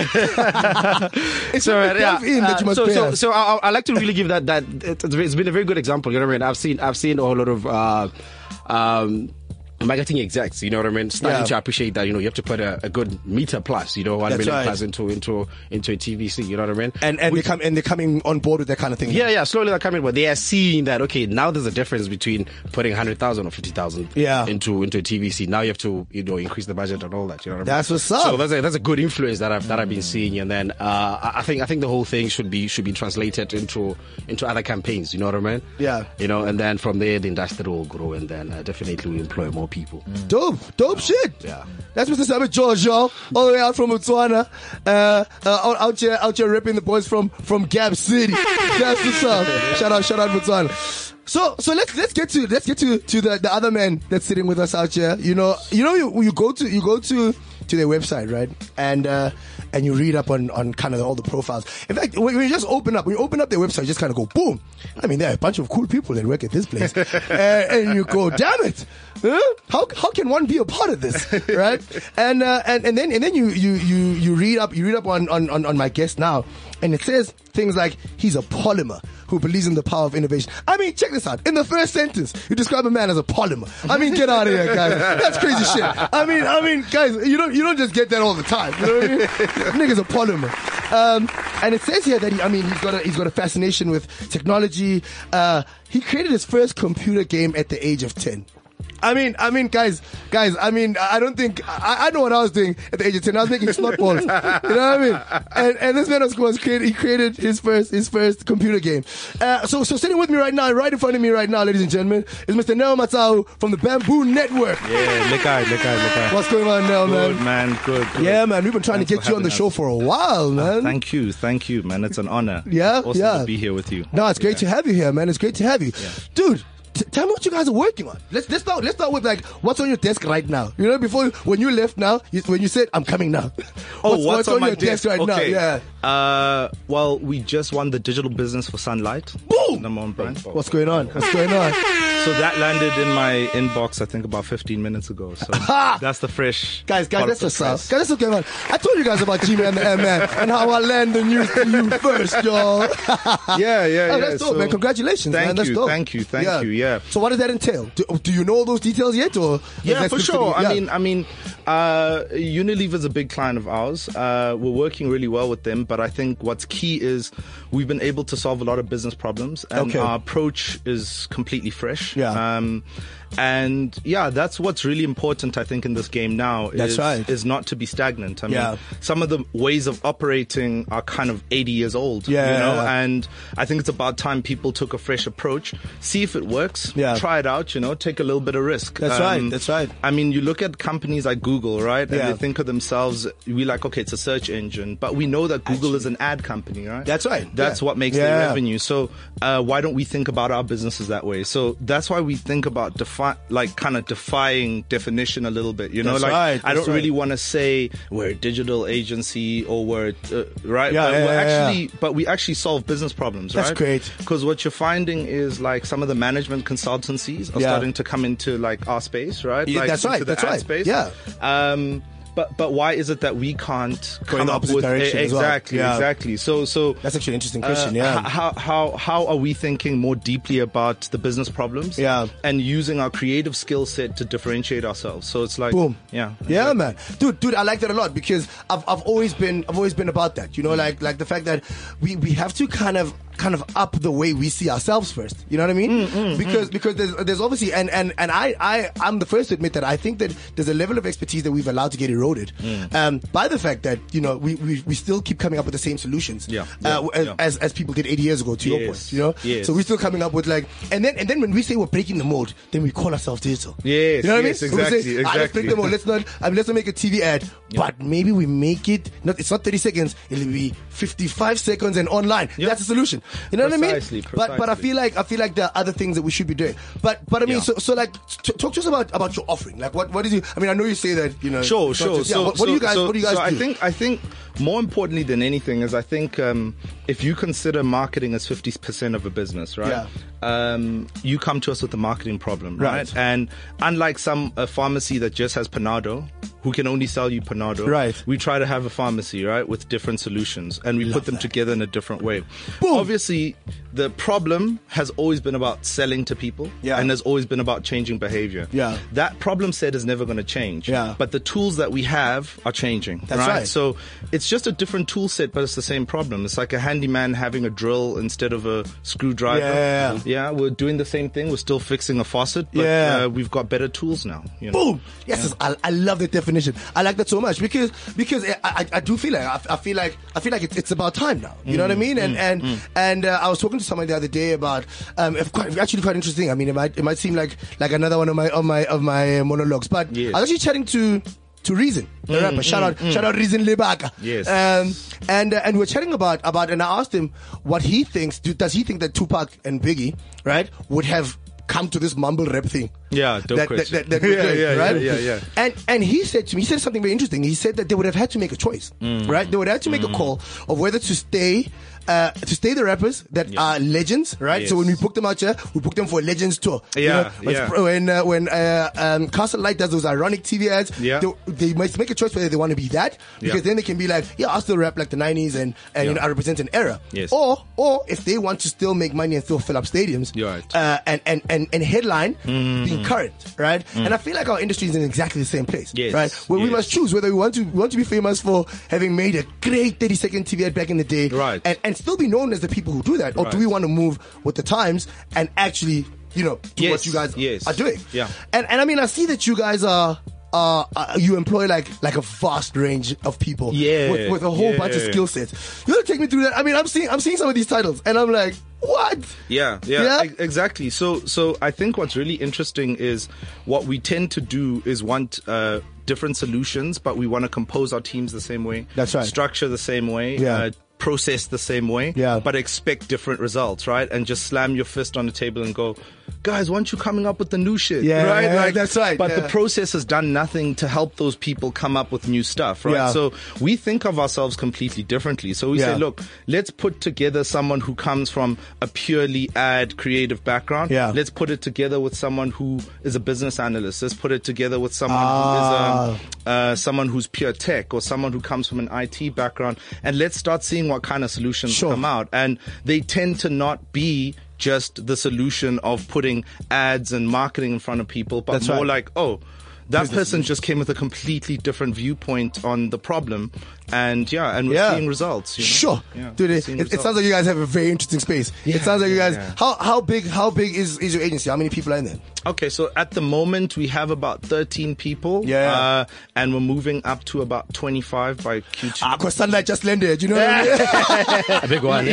Speaker 8: it's so,
Speaker 4: uh, yeah,
Speaker 8: in that
Speaker 4: uh,
Speaker 8: you must
Speaker 4: so,
Speaker 8: pay
Speaker 4: so,
Speaker 8: us.
Speaker 4: so I, I- I like to really give that that it, it's it's been a very good example. You know what I mean? I've seen I've seen a whole lot of. Uh, um,
Speaker 5: marketing execs. You know what I mean? Starting
Speaker 8: Yeah.
Speaker 5: to appreciate that. You know, you have to put a, a good meter plus. You know, one
Speaker 8: That's
Speaker 5: million
Speaker 8: right.
Speaker 5: plus into into into a TVC. You know what I mean?
Speaker 8: And and
Speaker 5: We-
Speaker 8: they come and they're coming on board with that kind of thing.
Speaker 5: yeah, yeah, slowly they're coming, but they are seeing that okay, now there's a difference between putting hundred thousand or fifty thousand
Speaker 8: Yeah.
Speaker 5: into into a TVC. Now you have to you know increase the budget and all that. You know what I mean?
Speaker 8: That's what's
Speaker 5: So
Speaker 8: up.
Speaker 5: that's a, that's a good influence that I've that I've been seeing, and then uh, I I think I think the whole thing should be should be translated into into other campaigns. You know what I mean?
Speaker 8: Yeah.
Speaker 5: You know, and then from there the industry will grow, and then uh, definitely we employ more people.
Speaker 8: Mm. Dope, dope shit.
Speaker 5: yeah.
Speaker 8: That's Mr. Sabi George, y'all, all the way out from Botswana. Uh, uh, out, out here, out here ripping the boys from, from Gap City. That's what's up. Shout out, shout out Botswana. So, so let's, let's get to, let's get to, to the, the other man that's sitting with us out here. You know, you know, you, you go to, you go to, to their website, right? And, uh, and you read up on, on kind of all the profiles. In fact, when when you just open up, when you open up their website, you just kind of go, boom. I mean, there are a bunch of cool people that work at this place. and, and you go, damn it. Huh? How, how can one be a part of this? Right? and, uh, and, and then, and then you, you, you, you read up, you read up on, on, on, on my guest now and it says things like he's a polymer who believes in the power of innovation. I mean, check this out. In the first sentence, you describe a man as a polymer. I mean, get out of here, guys. That's crazy shit. I mean, I mean, guys, you don't you don't just get that all the time. You know what I mean? Nigga's a polymer. Um, and it says here that he, I mean, he's got a, he's got a fascination with technology. Uh, he created his first computer game at the age of ten. I mean, I mean, guys, guys. I mean, I I don't think I, I know what I was doing at the age of ten. I was making snot balls. You know what I mean? And, and this man was was created. He created his first his first computer game. Uh, so so sitting with me right now, right in front of me right now, ladies and gentlemen, is Mr. Neo Matsao from the Bamboo Network.
Speaker 4: Yeah, look out, look out, look out.
Speaker 8: What's going on, Neo,
Speaker 4: good,
Speaker 8: man?
Speaker 4: man? Good. good.
Speaker 8: Yeah, man. We've been trying
Speaker 4: Thanks
Speaker 8: to
Speaker 4: for
Speaker 8: get you on
Speaker 4: having
Speaker 8: the show
Speaker 4: us. Uh,
Speaker 8: for a while, man.
Speaker 4: Thank you, thank you, man. It's an honor.
Speaker 8: Yeah,
Speaker 4: It's awesome
Speaker 8: yeah.
Speaker 4: to be here with you.
Speaker 8: No, it's great to have you here, man. It's great to have you, dude. T- tell me what you guys are working on. Let's let's start let's start with like what's on your desk right now. You know, before when you left now, you, when you said I'm coming now.
Speaker 4: Oh, what's, on, my
Speaker 8: your desk, right
Speaker 4: okay.
Speaker 8: now? Yeah.
Speaker 4: Uh, well, we just won the digital business for Sunlight.
Speaker 8: Boom!
Speaker 4: Number one brand. So
Speaker 8: What's going on? What's going on?
Speaker 4: that landed in my inbox, I think, about 15 minutes ago. So that's the fresh.
Speaker 8: Guys, guys,
Speaker 4: part of
Speaker 8: that's what's
Speaker 4: the
Speaker 8: up.
Speaker 4: press.
Speaker 8: Guys, that's what's going on. I told you guys about G-Man and the M-Man and how I land the news to you first, y'all.
Speaker 4: Yeah, yeah,
Speaker 8: Oh,
Speaker 4: yeah.
Speaker 8: that's dope,
Speaker 4: So-
Speaker 8: man. Congratulations,
Speaker 4: Thank
Speaker 8: man. That's
Speaker 4: you,
Speaker 8: dope.
Speaker 4: thank you, thank you, yeah.
Speaker 8: So what does that entail? Do, do you know all those details yet? Or
Speaker 4: Yeah,
Speaker 8: that's
Speaker 4: for
Speaker 8: good to
Speaker 4: sure.
Speaker 8: be- yeah.
Speaker 4: I mean, I mean, uh, Unilever is a big client of ours. Uh, we're working really well with them, but I think what's key is we've been able to solve a lot of business problems, and
Speaker 8: Okay.
Speaker 4: our approach is completely fresh.
Speaker 8: Yeah.
Speaker 4: Um, and yeah, that's what's really important, I think, in this game now.
Speaker 8: That's
Speaker 4: is,
Speaker 8: right.
Speaker 4: Is not to be stagnant. I mean,
Speaker 8: Yeah.
Speaker 4: some of the ways of operating are kind of 80 years old.
Speaker 8: Yeah.
Speaker 4: You know, and I think it's about time people took a fresh approach. See if it works.
Speaker 8: Yeah.
Speaker 4: Try it out. You know, take a little bit of risk. Um,
Speaker 8: That's right, that's right.
Speaker 4: I mean, you look at companies like Google, right?
Speaker 8: Yeah.
Speaker 4: And they think of themselves, we like, okay, it's a search engine, but we know that Google is an ad company, right?
Speaker 8: That's right,
Speaker 4: That's
Speaker 8: yeah.
Speaker 4: what makes their
Speaker 8: Yeah.
Speaker 4: revenue. So, uh, why don't we think about our businesses that way? So that's why we think about defi- like kind of defying definition a little bit, you know,
Speaker 8: That's
Speaker 4: like
Speaker 8: right,
Speaker 4: I
Speaker 8: that's
Speaker 4: don't really
Speaker 8: right.
Speaker 4: want to say we're a digital agency or we're, uh, right?
Speaker 8: Yeah,
Speaker 4: but
Speaker 8: yeah,
Speaker 4: we're
Speaker 8: yeah, yeah.
Speaker 4: actually, but we actually solve business problems,
Speaker 8: That's
Speaker 4: right?
Speaker 8: great.
Speaker 4: Because what you're finding is like some of the management consultancies are
Speaker 8: Yeah.
Speaker 4: starting to come into like our space, right?
Speaker 8: Yeah,
Speaker 4: like,
Speaker 8: that's right,
Speaker 4: into the
Speaker 8: that's
Speaker 4: ad
Speaker 8: right,
Speaker 4: Space.
Speaker 8: yeah.
Speaker 4: Um, but but why is it that we can't
Speaker 8: Go in
Speaker 4: come
Speaker 8: the
Speaker 4: up
Speaker 8: opposite
Speaker 4: with
Speaker 8: direction as well.
Speaker 4: exactly
Speaker 8: Yeah.
Speaker 4: exactly? So so
Speaker 8: That's actually an interesting
Speaker 4: uh,
Speaker 8: question, yeah.
Speaker 4: h- how how how are we thinking more deeply about the business problems?
Speaker 8: Yeah.
Speaker 4: And using our creative skill set to differentiate ourselves. So it's like
Speaker 8: Boom.
Speaker 4: Yeah.
Speaker 8: Yeah, man. Dude, dude, I like that a lot because I've, I've always been I've always been about that. You know, like like the fact that we, we have to kind of kind of up the way we see ourselves first. You know what I mean?
Speaker 4: Mm,
Speaker 8: because because there's there's obviously and and and I I I'm the first to admit that I think that there's a level of expertise that we've allowed to get eroded
Speaker 4: Mm.
Speaker 8: um, by the fact that you know we, we we still keep coming up with the same solutions.
Speaker 4: Yeah.
Speaker 8: Uh,
Speaker 4: Yeah. Yeah.
Speaker 8: As as people did 80 years ago. To your
Speaker 4: Yes.
Speaker 8: point, you know.
Speaker 4: Yes.
Speaker 8: So we're still coming up with like and then and then when we say we're breaking the mold, then we call ourselves digital.
Speaker 4: Yes,
Speaker 8: You know what
Speaker 4: yes,
Speaker 8: I mean? When we say,
Speaker 4: exactly,
Speaker 8: "Ah, let's break
Speaker 4: exactly.
Speaker 8: the mold. Let's not. I mean, let's not make a TV ad, but maybe we make it. Not. It's not 30 seconds. It'll be 55 seconds and online. That's the solution. You know
Speaker 4: Precisely,
Speaker 8: what I mean? But but I
Speaker 4: precisely.
Speaker 8: feel like I feel like there are other things that we should be doing. But but I mean,
Speaker 4: Yeah.
Speaker 8: so so like, t- talk to us about about your offering. Like, what what is you? I mean, I know you say that you know.
Speaker 4: Sure,
Speaker 8: it's not
Speaker 4: sure.
Speaker 8: just-
Speaker 4: so,
Speaker 8: yeah, what, what do
Speaker 4: so-
Speaker 8: you guys?
Speaker 4: So,
Speaker 8: what do you guys
Speaker 4: so
Speaker 8: do?
Speaker 4: I think I think more importantly than anything is I think um, if you consider marketing as fifty percent of a business, right?
Speaker 8: Yeah.
Speaker 4: Um, you come to us with a marketing problem, right?
Speaker 8: Right.
Speaker 4: And unlike some a pharmacy that just has Panado, who can only sell you Panado.
Speaker 8: Right.
Speaker 4: We try to have a pharmacy, right, with different solutions and we put them together in a different way.
Speaker 8: Boom.
Speaker 4: Obviously, the problem has always been about selling to people
Speaker 8: Yeah.
Speaker 4: and has always been about changing behavior.
Speaker 8: Yeah.
Speaker 4: That problem set is never going to change.
Speaker 8: Yeah.
Speaker 4: But the tools that we have are changing.
Speaker 8: That's right.
Speaker 4: So it's just a different tool set, but it's the same problem. It's like a handyman having a drill instead of a screwdriver.
Speaker 8: Yeah, yeah, yeah.
Speaker 4: Yeah, we're doing the same thing. We're still fixing a faucet, but
Speaker 8: Yeah.
Speaker 4: uh, we've got better tools now. You know?
Speaker 8: Boom. Yes, I, I love that definition. I like that so much because because I, I, I do feel like I, I feel like I feel like it's, it's about time now. You know
Speaker 4: Mm,
Speaker 8: what I mean? And and and uh, I was talking to someone the other day about um, if quite, actually quite interesting. I mean, it might it might seem like like another one of my of my of my uh, monologues, but
Speaker 4: Yes. Mm,
Speaker 8: I was actually chatting to. To Reason, the rapper. Shout out, shout out, Reason Lebaka.
Speaker 4: Yes.
Speaker 8: Um, and uh, and we're chatting about about, and I asked him what he thinks. Do, does he think that Tupac and Biggie, right, would have come to this mumble rap thing?
Speaker 4: Yeah, dope
Speaker 8: that, that,
Speaker 4: question.
Speaker 8: that, that we're
Speaker 4: Yeah,
Speaker 8: doing,
Speaker 4: yeah, yeah,
Speaker 8: right?
Speaker 4: yeah, yeah.
Speaker 8: And and he said to me, he said something very interesting. He said that they would have had to make a choice,
Speaker 4: Mm.
Speaker 8: right? They would have to make a call of whether to stay. Uh, to stay the rappers that are legends, right? So
Speaker 4: Yes.
Speaker 8: when we book them out here, we book them for a Legends tour. You
Speaker 4: Yeah,
Speaker 8: know, when
Speaker 4: yeah.
Speaker 8: Spr- When uh, when uh, um, Castle Light does those ironic TV ads,
Speaker 4: Yeah.
Speaker 8: they, they must make a choice whether they want to be that because
Speaker 4: Yeah.
Speaker 8: then they can be like, yeah, I still rap like the '90s and and you
Speaker 4: Yeah.
Speaker 8: know, I represent an era.
Speaker 4: Yes.
Speaker 8: Or or if they want to still make money and still fill up stadiums,
Speaker 4: You're right. Mm.
Speaker 8: uh, and, and, and, and headline being current, right? And I feel like our industry is in exactly the same place,
Speaker 4: Yes,
Speaker 8: right? Where we
Speaker 4: yes.
Speaker 8: must choose whether we want to we want to be famous for having made a great 30 second TV ad back in the day,
Speaker 4: Right.
Speaker 8: And, and still be known as the people who do that, or do
Speaker 4: Right.
Speaker 8: we want to move with the times and actually, you know, do what
Speaker 4: Yes,
Speaker 8: you guys
Speaker 4: yes.
Speaker 8: are doing?
Speaker 4: Yeah.
Speaker 8: And and I mean, I see that you guys are. Uh, uh, you employ like like a vast range of people,
Speaker 4: Yeah,
Speaker 8: with, with a whole bunch of
Speaker 4: yeah.
Speaker 8: skill sets. You gotta take me through that. I mean, I'm seeing I'm seeing some of these titles, and I'm like, what?
Speaker 4: Yeah, yeah,
Speaker 8: Yeah?
Speaker 4: e- exactly. So, so I think what's really interesting is what we tend to do is want uh, different solutions, but we want to compose our teams the same way.
Speaker 8: That's right.
Speaker 4: Structure the same way.
Speaker 8: Yeah.
Speaker 4: Uh, process the same way.
Speaker 8: Yeah.
Speaker 4: But expect different results, right? And just slam your fist on the table and go, guys, why aren't you coming up with the new shit?
Speaker 8: Yeah,
Speaker 4: right.
Speaker 8: yeah, that's right,
Speaker 4: But
Speaker 8: yeah.
Speaker 4: the process has done nothing to help those people come up with new stuff, right?
Speaker 8: Yeah.
Speaker 4: So we think of ourselves completely differently. So we
Speaker 8: Yeah.
Speaker 4: say, look, let's put together someone who comes from a purely ad creative background.
Speaker 8: Yeah.
Speaker 4: Let's put it together with someone who is a business analyst. Let's put it together with someone who
Speaker 8: Ah.
Speaker 4: is um, uh, someone who's pure tech or someone who comes from an IT background, and let's start seeing what kind of solutions
Speaker 8: Sure.
Speaker 4: come out. And they tend to not be. Just the solution of putting ads and marketing in front of people, but
Speaker 8: That's
Speaker 4: more
Speaker 8: right.
Speaker 4: like, oh, that person just came with a completely different viewpoint on the problem, and yeah, and we're
Speaker 8: Yeah.
Speaker 4: seeing results. you know?
Speaker 8: Sure,
Speaker 4: Yeah,
Speaker 8: dude. It,
Speaker 4: seeing
Speaker 8: it- it
Speaker 4: results.
Speaker 8: sounds like you guys have a very interesting space. it
Speaker 4: Yeah,
Speaker 8: sounds like you
Speaker 4: yeah,
Speaker 8: guys.
Speaker 4: yeah.
Speaker 8: How how big how big is is your agency? How many people are in there?
Speaker 4: Okay, so at the moment we have about 13 people.
Speaker 8: Yeah.
Speaker 4: Uh, and we're moving up to about 25 by Q2.
Speaker 8: Ah, cause sunlight just landed. You know what I mean?
Speaker 5: A big one.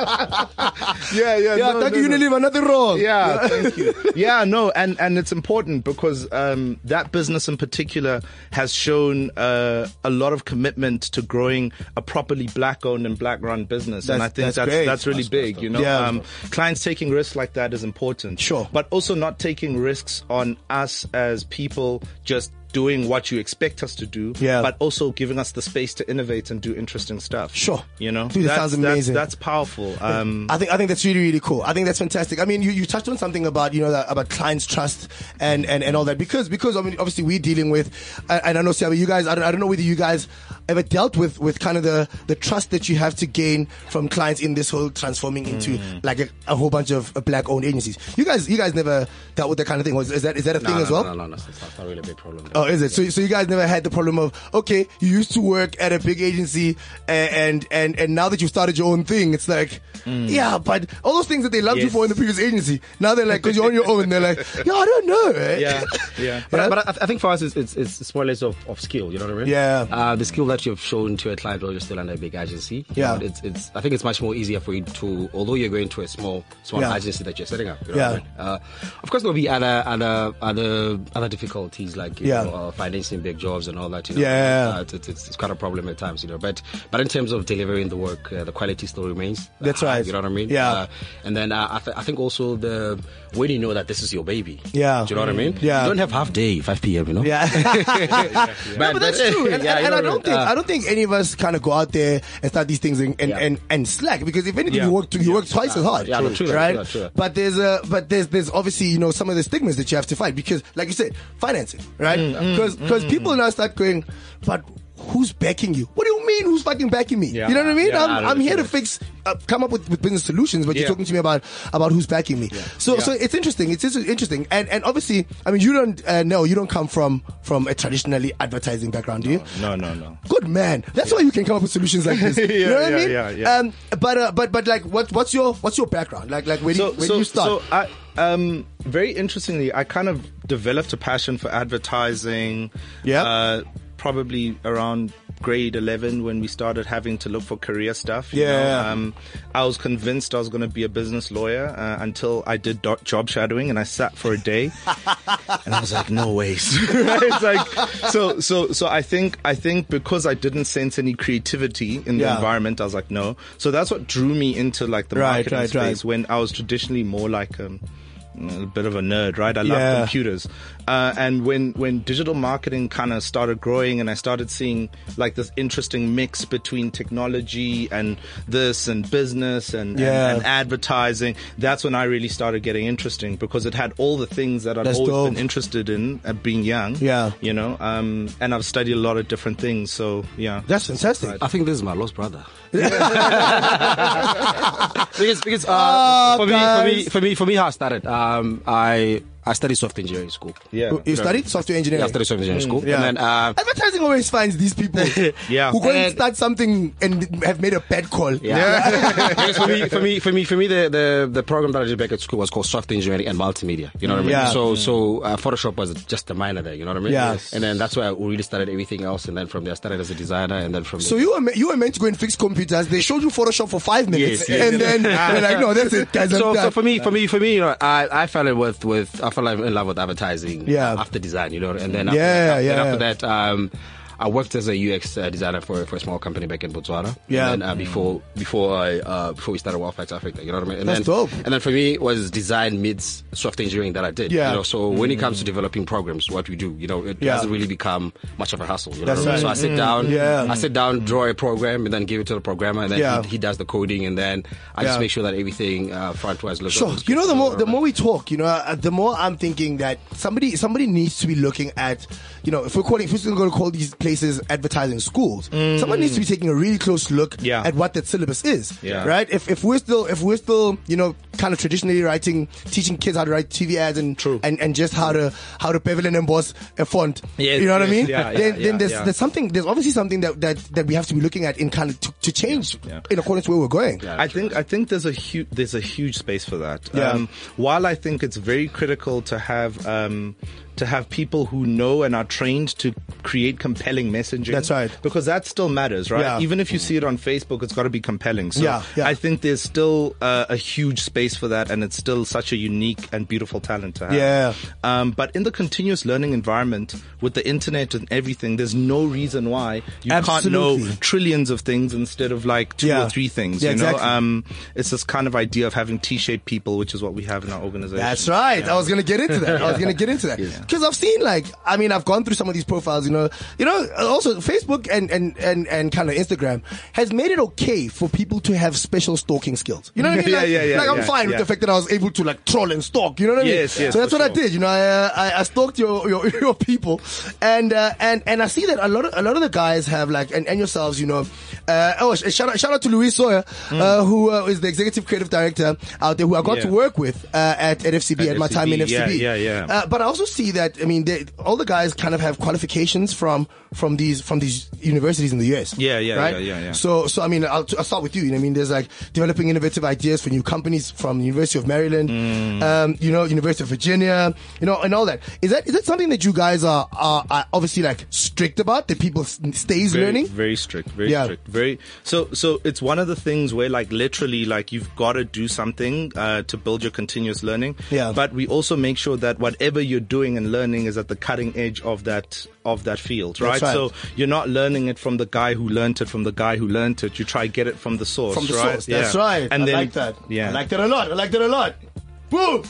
Speaker 4: yeah, yeah.
Speaker 8: yeah, thank you, Unilever. Nothing wrong.
Speaker 4: Oh, Yeah, thank you. Yeah, no, and, and it's important because um, that business in particular has shown uh, a lot of commitment to growing a properly black owned and black run business. and
Speaker 8: That's-
Speaker 4: I think
Speaker 8: that's
Speaker 4: that's
Speaker 8: great.
Speaker 4: that's, really big, you know.
Speaker 8: Yeah.
Speaker 4: Um, clients taking risks like that is important.
Speaker 8: Sure.
Speaker 4: But also not taking risks on us as people just doing what you expect us to do,
Speaker 8: Yeah.
Speaker 4: but also giving us the space to innovate and do interesting stuff.
Speaker 8: Sure.
Speaker 4: You know?
Speaker 8: Dude, that
Speaker 4: That's-
Speaker 8: sounds
Speaker 4: that's-
Speaker 8: amazing.
Speaker 4: That's, powerful. Um,
Speaker 8: I think I think that's really really cool. I think that's fantastic. I mean, you, you touched on something about you know that, about clients trust and, and and all that because because I mean obviously we're dealing with and and I know Siabi, you guys I don't, I don't know whether you guys ever dealt with with kind of the the trust that you have to gain from clients in this whole transforming into
Speaker 5: Mm.
Speaker 8: like a, a whole bunch of black owned agencies. You guys you guys never dealt with that kind of thing. Was is that is that a thing as well?
Speaker 5: No, Oh, no, no, no, it's not really a big problem.
Speaker 8: Oh, is it? So, so you guys never had the problem of okay, you used to work at a big agency, a- and and and now that you've started your own thing, it's like,
Speaker 5: Mm.
Speaker 8: yeah, but all those things that they loved you
Speaker 4: Yes.
Speaker 8: for in the previous agency, now they're like, because you're on your own, they're like, yeah, I don't know. eh?
Speaker 4: yeah, yeah.
Speaker 5: But, I, but I, I think for us, it's, it's, it's more or less of, of skill, you know what I mean?
Speaker 8: Yeah.
Speaker 5: Uh, the skill that you've shown to a client while you're still under a big agency. you
Speaker 8: Yeah.
Speaker 5: know, It's, it's, I think it's much more easier for you to, although you're going to a small, small
Speaker 8: Yeah.
Speaker 5: agency that you're setting up. You know
Speaker 8: Yeah.
Speaker 5: What I mean? uh, of course, there'll be other, other, other, other difficulties like, you
Speaker 8: Yeah.
Speaker 5: know, uh, financing big jobs and all that, you know.
Speaker 8: Yeah.
Speaker 5: Uh, it's, it's, it's quite a problem at times, you know, but, but in terms of delivering the work, uh, the quality still remains.
Speaker 8: That's
Speaker 5: high,
Speaker 8: right.
Speaker 5: You know what I mean?
Speaker 8: Yeah.
Speaker 5: Uh, and then uh, I, th- I think also the, when you know that this is your baby.
Speaker 8: Yeah.
Speaker 5: Do you know what I mean?
Speaker 8: Yeah.
Speaker 5: You don't have half day, 5 p.m., you know?
Speaker 8: Yeah.
Speaker 5: Man,
Speaker 8: but that's true. And, and- and I don't think I don't think any of us kind of go out there and start these things and and,
Speaker 5: uh, Yeah.
Speaker 8: and, and slack because if anything,
Speaker 4: Yeah.
Speaker 8: you work you work twice as hard.
Speaker 5: Yeah, no, true that,
Speaker 8: right?
Speaker 5: true that, true that.
Speaker 8: But there's a but there's there's obviously you know some of the stigmas that you have to fight because like you said financing right
Speaker 5: Mm,
Speaker 8: because because people now start going but. Who's backing you? What do you mean? Who's fucking backing me?
Speaker 4: Yeah.
Speaker 8: You know what I mean?
Speaker 4: Yeah,
Speaker 8: I'm,
Speaker 4: no,
Speaker 8: I'm here to
Speaker 4: true.
Speaker 8: fix, uh, come up with, with business solutions, but
Speaker 4: Yeah.
Speaker 8: you're talking to me about about who's backing me. So
Speaker 4: Yeah.
Speaker 8: so it's interesting. It's, it's interesting, and and obviously, I mean, you don't uh, know you don't come from from a traditionally advertising background, do you?
Speaker 4: No, no, no.
Speaker 8: Good man. That's why you can come up with solutions like this. you
Speaker 4: Yeah,
Speaker 8: know what
Speaker 4: yeah,
Speaker 8: I mean?
Speaker 4: yeah, yeah.
Speaker 8: Um, but uh, but but like, what what's your what's your background? Like like where do you, where do you start?
Speaker 4: So I, um, very interestingly, I kind of developed a passion for advertising.
Speaker 8: Yeah.
Speaker 4: Uh, probably around grade 11 when we started having to look for career stuff. you
Speaker 8: Yeah.
Speaker 4: know. Um, I was convinced I was going to be a business lawyer uh, until I did do- job shadowing and I sat for a day and I was like, no ways. it's like, so, so, so I think, I think because I didn't sense any creativity in the
Speaker 8: Yeah.
Speaker 4: environment, I was like, no. So that's what drew me into like the
Speaker 8: Right,
Speaker 4: marketing
Speaker 8: right, right.
Speaker 4: space when I was traditionally more like um, a bit of a nerd, right? I love
Speaker 8: Yeah.
Speaker 4: computers. Uh, and when, when digital marketing kind of started growing and I started seeing like this interesting mix between technology and this and business and,
Speaker 8: Yeah.
Speaker 4: and, and advertising, that's when I really started getting interesting because it had all the things that I'd
Speaker 8: That's
Speaker 4: always
Speaker 8: dope.
Speaker 4: been interested in at being young.
Speaker 8: Yeah.
Speaker 4: You know, um, and I've studied a lot of different things. So yeah.
Speaker 8: That's fantastic.
Speaker 5: I think this is my lost brother. because because uh,
Speaker 8: Oh,
Speaker 5: for, me, for me
Speaker 8: guys.
Speaker 5: for me for me how I started. Um, I I studied software engineering in school.
Speaker 4: yeah.
Speaker 8: Oh, You- you studied software
Speaker 5: Yeah,
Speaker 8: engineering.
Speaker 5: I studied software engineering in school.
Speaker 8: Yeah.
Speaker 5: And then uh,
Speaker 8: Advertising always finds these people
Speaker 4: Yeah.
Speaker 8: who go and
Speaker 5: And-
Speaker 8: start something and have made a bad call.
Speaker 5: Yeah. Because for me, for me, for me, for me, the, the, the program that I did back at school was called software engineering and multimedia. You know what I mean?
Speaker 8: Yeah.
Speaker 5: So so uh, Photoshop was just a minor there. You know what I mean?
Speaker 8: Yeah. Yes.
Speaker 5: And then that's where I really started everything else. And then from there, I started as a designer. And then from
Speaker 8: So you were, me- you were meant to go and fix computers. They showed you Photoshop for five minutes,
Speaker 5: Yes, yes. Ah.
Speaker 8: and then they're like, "No, that's it, guys." I'm
Speaker 5: so, so
Speaker 8: done."
Speaker 5: for me, for me, for me, you know, I, I fell in with, with I fell in love with advertising.
Speaker 8: Yeah.
Speaker 5: After design, you know, and then after,
Speaker 8: Yeah,
Speaker 5: after,
Speaker 8: yeah.
Speaker 5: after that, um, I worked as a UX uh, designer for, for a small company back in Botswana.
Speaker 8: Yeah.
Speaker 5: And then, uh, before before I uh, before we started Wildfire Africa, you know what I mean? And
Speaker 8: That's
Speaker 5: then,
Speaker 8: dope.
Speaker 5: And then for me it was design meets software engineering that I did.
Speaker 8: Yeah.
Speaker 5: You know, so when it comes to developing programs, what we do, you know, it
Speaker 8: Yeah.
Speaker 5: doesn't really become much of a hustle. You know
Speaker 8: That's
Speaker 5: what I mean? So I
Speaker 8: right. Mm.
Speaker 5: sit down,
Speaker 8: Yeah.
Speaker 5: I sit down, draw a program, and then give it to the programmer, and then
Speaker 8: Yeah.
Speaker 5: he, he does the coding, and then I
Speaker 8: Yeah.
Speaker 5: just make sure that everything uh, front was looks.
Speaker 8: Sure. You know, the more the more we talk, you know, uh, the more I'm thinking that somebody somebody needs to be looking at, you know, if we're calling, if we're going to call these places advertising schools, someone needs to be taking a really close look
Speaker 4: Mm. Yeah.
Speaker 8: at what that syllabus is,
Speaker 4: Yeah.
Speaker 8: right? If if we're still if we're still you know kind of traditionally writing teaching kids how to write TV ads and
Speaker 4: True.
Speaker 8: and and just how to how to bevel and emboss a font,
Speaker 4: Yes,
Speaker 8: you know what I
Speaker 4: yes,
Speaker 8: mean?
Speaker 4: yeah, yeah,
Speaker 8: then
Speaker 4: yeah,
Speaker 8: then there's
Speaker 4: yeah.
Speaker 8: there's something there's obviously something that that that we have to be looking at in kind of to, to change
Speaker 4: Yeah.
Speaker 8: in accordance to where we're going.
Speaker 4: I think I think there's a huge there's a huge space for that. Um,
Speaker 8: Yeah.
Speaker 4: while I think it's very critical to have um, to have people who know and are trained to create compelling messaging.
Speaker 8: That's right.
Speaker 4: Because that still matters, right?
Speaker 8: Yeah.
Speaker 4: Even if you see it on Facebook, it's got to be compelling. So
Speaker 8: Yeah, yeah.
Speaker 4: I think there's still uh, a huge space for that, and it's still such a unique and beautiful talent to have.
Speaker 8: Yeah.
Speaker 4: Um, but in the continuous learning environment with the internet and everything, there's no reason why you can't know
Speaker 8: Absolutely.
Speaker 4: trillions of things instead of like two
Speaker 8: Yeah.
Speaker 4: or three things.
Speaker 8: Yeah,
Speaker 4: you know,
Speaker 8: exactly.
Speaker 4: um, it's this kind of idea of having T-shaped people, which is what we have in our organization.
Speaker 8: That's right. I was gonna get into that. I was gonna get into that because I've seen like I mean I've gone through some of these profiles. You know, you know. Also, Facebook and and and and kind of Instagram has made it okay for people to have special stalking skills. You know what I mean?
Speaker 4: Yeah,
Speaker 8: Like,
Speaker 4: yeah, yeah,
Speaker 8: Like I'm
Speaker 4: yeah,
Speaker 8: fine
Speaker 4: yeah.
Speaker 8: with the fact that I was able to like troll and stalk. You know what I mean?
Speaker 4: Yes, yes,
Speaker 8: So that's
Speaker 4: for
Speaker 8: what I did
Speaker 4: sure.
Speaker 8: did. You know, I, uh, I I stalked your your, your people, and uh, and and I see that a lot of a lot of the guys have like and, and yourselves, you know. Uh, oh, sh- shout out shout out to Luis Sawyer, uh, who uh, is the executive creative director out there, who I got
Speaker 4: Mm. Yeah.
Speaker 8: to work with uh, at at FCB at,
Speaker 4: At
Speaker 8: my time in
Speaker 4: FCB, yeah,
Speaker 8: FCB.
Speaker 4: yeah, yeah.
Speaker 8: Uh, but I also see that I mean, they, all the guys kind of have qualifications from from these from these universities in the US.
Speaker 4: Yeah, yeah,
Speaker 8: right?
Speaker 4: yeah, yeah, yeah.
Speaker 8: So, so I mean, I'll, I'll start with you. You know, I mean, there's like developing innovative ideas for new companies from the University of Maryland,
Speaker 4: Mm.
Speaker 8: um, you know, University of Virginia, you know, and all that. Is that is that something that you guys are are, are obviously like strict about that people s- stays
Speaker 4: very,
Speaker 8: learning?
Speaker 4: Very strict. Very
Speaker 8: Yeah.
Speaker 4: strict. Very so so it's one of the things where like literally like you've got to do something uh, to build your continuous learning.
Speaker 8: Yeah.
Speaker 4: But we also make sure that whatever you're doing and learning is at the cutting edge of that of that field, right?
Speaker 8: That's right.
Speaker 4: So you're not learning it from the guy who learnt it from the guy who learnt it. You try get it from the source.
Speaker 8: from the
Speaker 4: right?
Speaker 8: source. That's
Speaker 4: Yeah.
Speaker 8: right.
Speaker 4: And
Speaker 8: I
Speaker 4: then,
Speaker 8: like that.
Speaker 4: Yeah.
Speaker 8: I like that a lot. I like that a lot. Boom.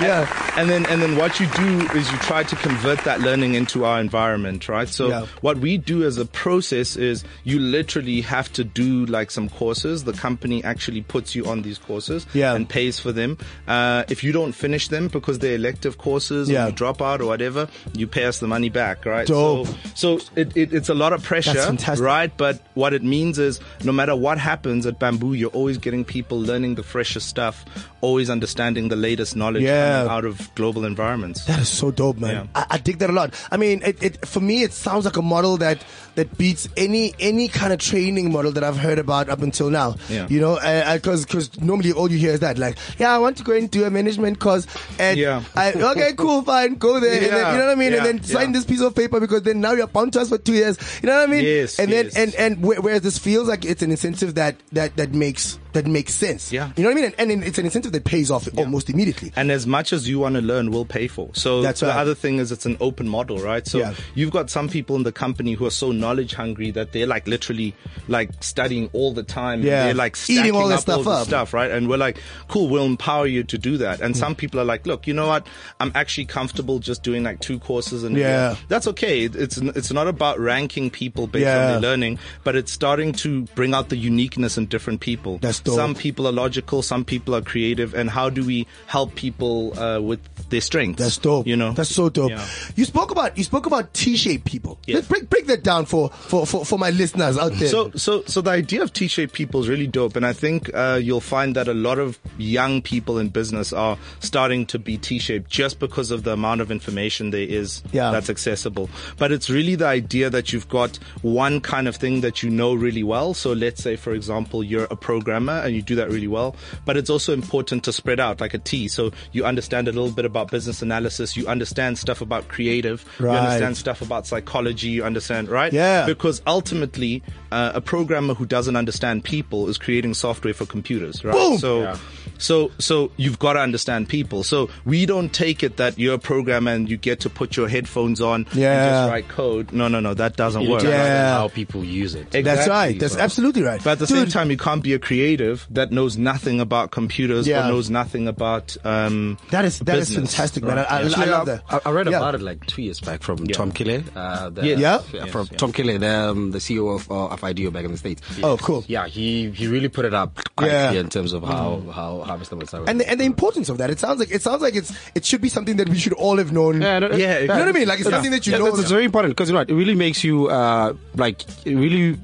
Speaker 8: Yeah.
Speaker 4: And then and then what you do is you try to convert that learning into our environment, right? So
Speaker 8: Yeah.
Speaker 4: what we do as a process is you literally have to do like some courses. The company actually puts you on these courses
Speaker 8: Yeah.
Speaker 4: and pays for them. Uh, if you don't finish them because they're elective courses
Speaker 8: Yeah.
Speaker 4: or you drop out or whatever, you pay us the money back, right?
Speaker 8: Dope.
Speaker 4: So, so it, it, it's a lot of pressure,
Speaker 8: fantastic.
Speaker 4: right? But what it means is no matter what happens at Bamboo, you're always getting people learning the freshest stuff, always understanding the latest knowledge
Speaker 8: Yeah.
Speaker 4: coming out of global environments.
Speaker 8: That is so dope, man.
Speaker 4: Yeah.
Speaker 8: I, I dig that a lot. I mean, it, it for me, it sounds like a model that that beats any any kind of training model that I've heard about up until now.
Speaker 4: Yeah.
Speaker 8: You know, because because normally all you hear is that, like, yeah, I want to go and do a management course. And
Speaker 4: Yeah.
Speaker 8: I, okay, cool, fine, go there. And then,
Speaker 4: Yeah,
Speaker 8: you know what I mean? and
Speaker 4: yeah,
Speaker 8: then sign
Speaker 4: yeah.
Speaker 8: this piece of paper because then now you're bound to us for two years. You know what I mean?
Speaker 4: Yes,
Speaker 8: And then
Speaker 4: yes.
Speaker 8: and and where, whereas this feels like it's an incentive that that that makes that makes sense.
Speaker 4: Yeah.
Speaker 8: You know what I mean? And, and it's an incentive that pays off almost immediately.
Speaker 4: And as much as you want to learn, we'll pay for. So
Speaker 8: That's
Speaker 4: the
Speaker 8: right.
Speaker 4: other thing is it's an open model, right? So
Speaker 8: Yeah.
Speaker 4: you've got some people in the company who are so knowledge hungry that they're like literally like studying all the time.
Speaker 8: Yeah.
Speaker 4: They're like
Speaker 8: Eating
Speaker 4: stacking
Speaker 8: all
Speaker 4: all
Speaker 8: this
Speaker 4: up all
Speaker 8: stuff
Speaker 4: the
Speaker 8: up.
Speaker 4: stuff, right? And we're like, cool, we'll empower you to do that. And some people are like, look, you know what? I'm actually comfortable just doing like two courses and
Speaker 8: Yeah.
Speaker 4: that's okay. It- It's it's not about ranking people based
Speaker 8: Yeah.
Speaker 4: on their learning, but it's starting to bring out the uniqueness in different people.
Speaker 8: That's dope.
Speaker 4: Some people are logical, some people are creative, and how do we help people uh, with their strengths?
Speaker 8: That's dope.
Speaker 4: You know,
Speaker 8: that's so dope.
Speaker 4: Yeah.
Speaker 8: You spoke about you spoke about T-shaped people.
Speaker 4: Yeah.
Speaker 8: Let's break break that down for for for, for my listeners out there.
Speaker 4: So, so, so the idea of T-shaped people is really dope, and I think uh, you'll find that a lot of young people in business are starting to be T-shaped just because of the amount of information there is
Speaker 8: Yeah.
Speaker 4: that's accessible. But it's really the idea that you've got one kind of thing that you know really well. So, let's say, for example, you're a programmer and you do that really well, but it's also important to spread out like a T. So, you understand a little bit about business analysis, you understand stuff about creative,
Speaker 8: Right.
Speaker 4: you understand stuff about psychology, you understand right?
Speaker 8: Yeah.
Speaker 4: Because because ultimately, uh, a programmer who doesn't understand people is creating software for computers, right?
Speaker 8: Boom!
Speaker 4: So, so, so you've got to understand people. So we don't take it that you're a programmer and you get to put your headphones on and
Speaker 8: Yeah.
Speaker 4: just write code. No, no, no, that doesn't
Speaker 5: You need
Speaker 4: work.
Speaker 5: to understand
Speaker 8: Yeah.
Speaker 5: how people use it.
Speaker 8: that's
Speaker 4: Exactly.
Speaker 8: right. That's absolutely right.
Speaker 4: But at the
Speaker 8: Dude,
Speaker 4: same time, you can't be a creative that knows nothing about computers
Speaker 8: Yeah.
Speaker 4: or knows nothing about. Um,
Speaker 8: that is that is
Speaker 4: business,
Speaker 8: fantastic, man.
Speaker 4: right?
Speaker 8: I, I, I
Speaker 5: Actually,
Speaker 8: love
Speaker 5: I-
Speaker 8: that.
Speaker 5: I, I read
Speaker 8: Yeah.
Speaker 5: about it like two years back from Tom Kille. Uh, the,
Speaker 4: Yeah.
Speaker 8: Yeah?
Speaker 5: From Tom Kille, the, um, the CEO of, uh, of IDEO back in the States.
Speaker 8: Oh, cool.
Speaker 5: Yeah, he, he really put it up quite
Speaker 8: Yeah.
Speaker 5: clear in terms
Speaker 4: Mm-hmm.
Speaker 5: of how, how Harvester was
Speaker 8: And the, and the importance of that. It sounds like it sounds like it's it should be something that we should all have known.
Speaker 5: Yeah, no,
Speaker 4: Yeah,
Speaker 5: it-
Speaker 4: you know
Speaker 8: what I mean? Like, it's something that you know
Speaker 5: It's,
Speaker 8: now.
Speaker 5: very important because you know what, it really makes you uh, like it really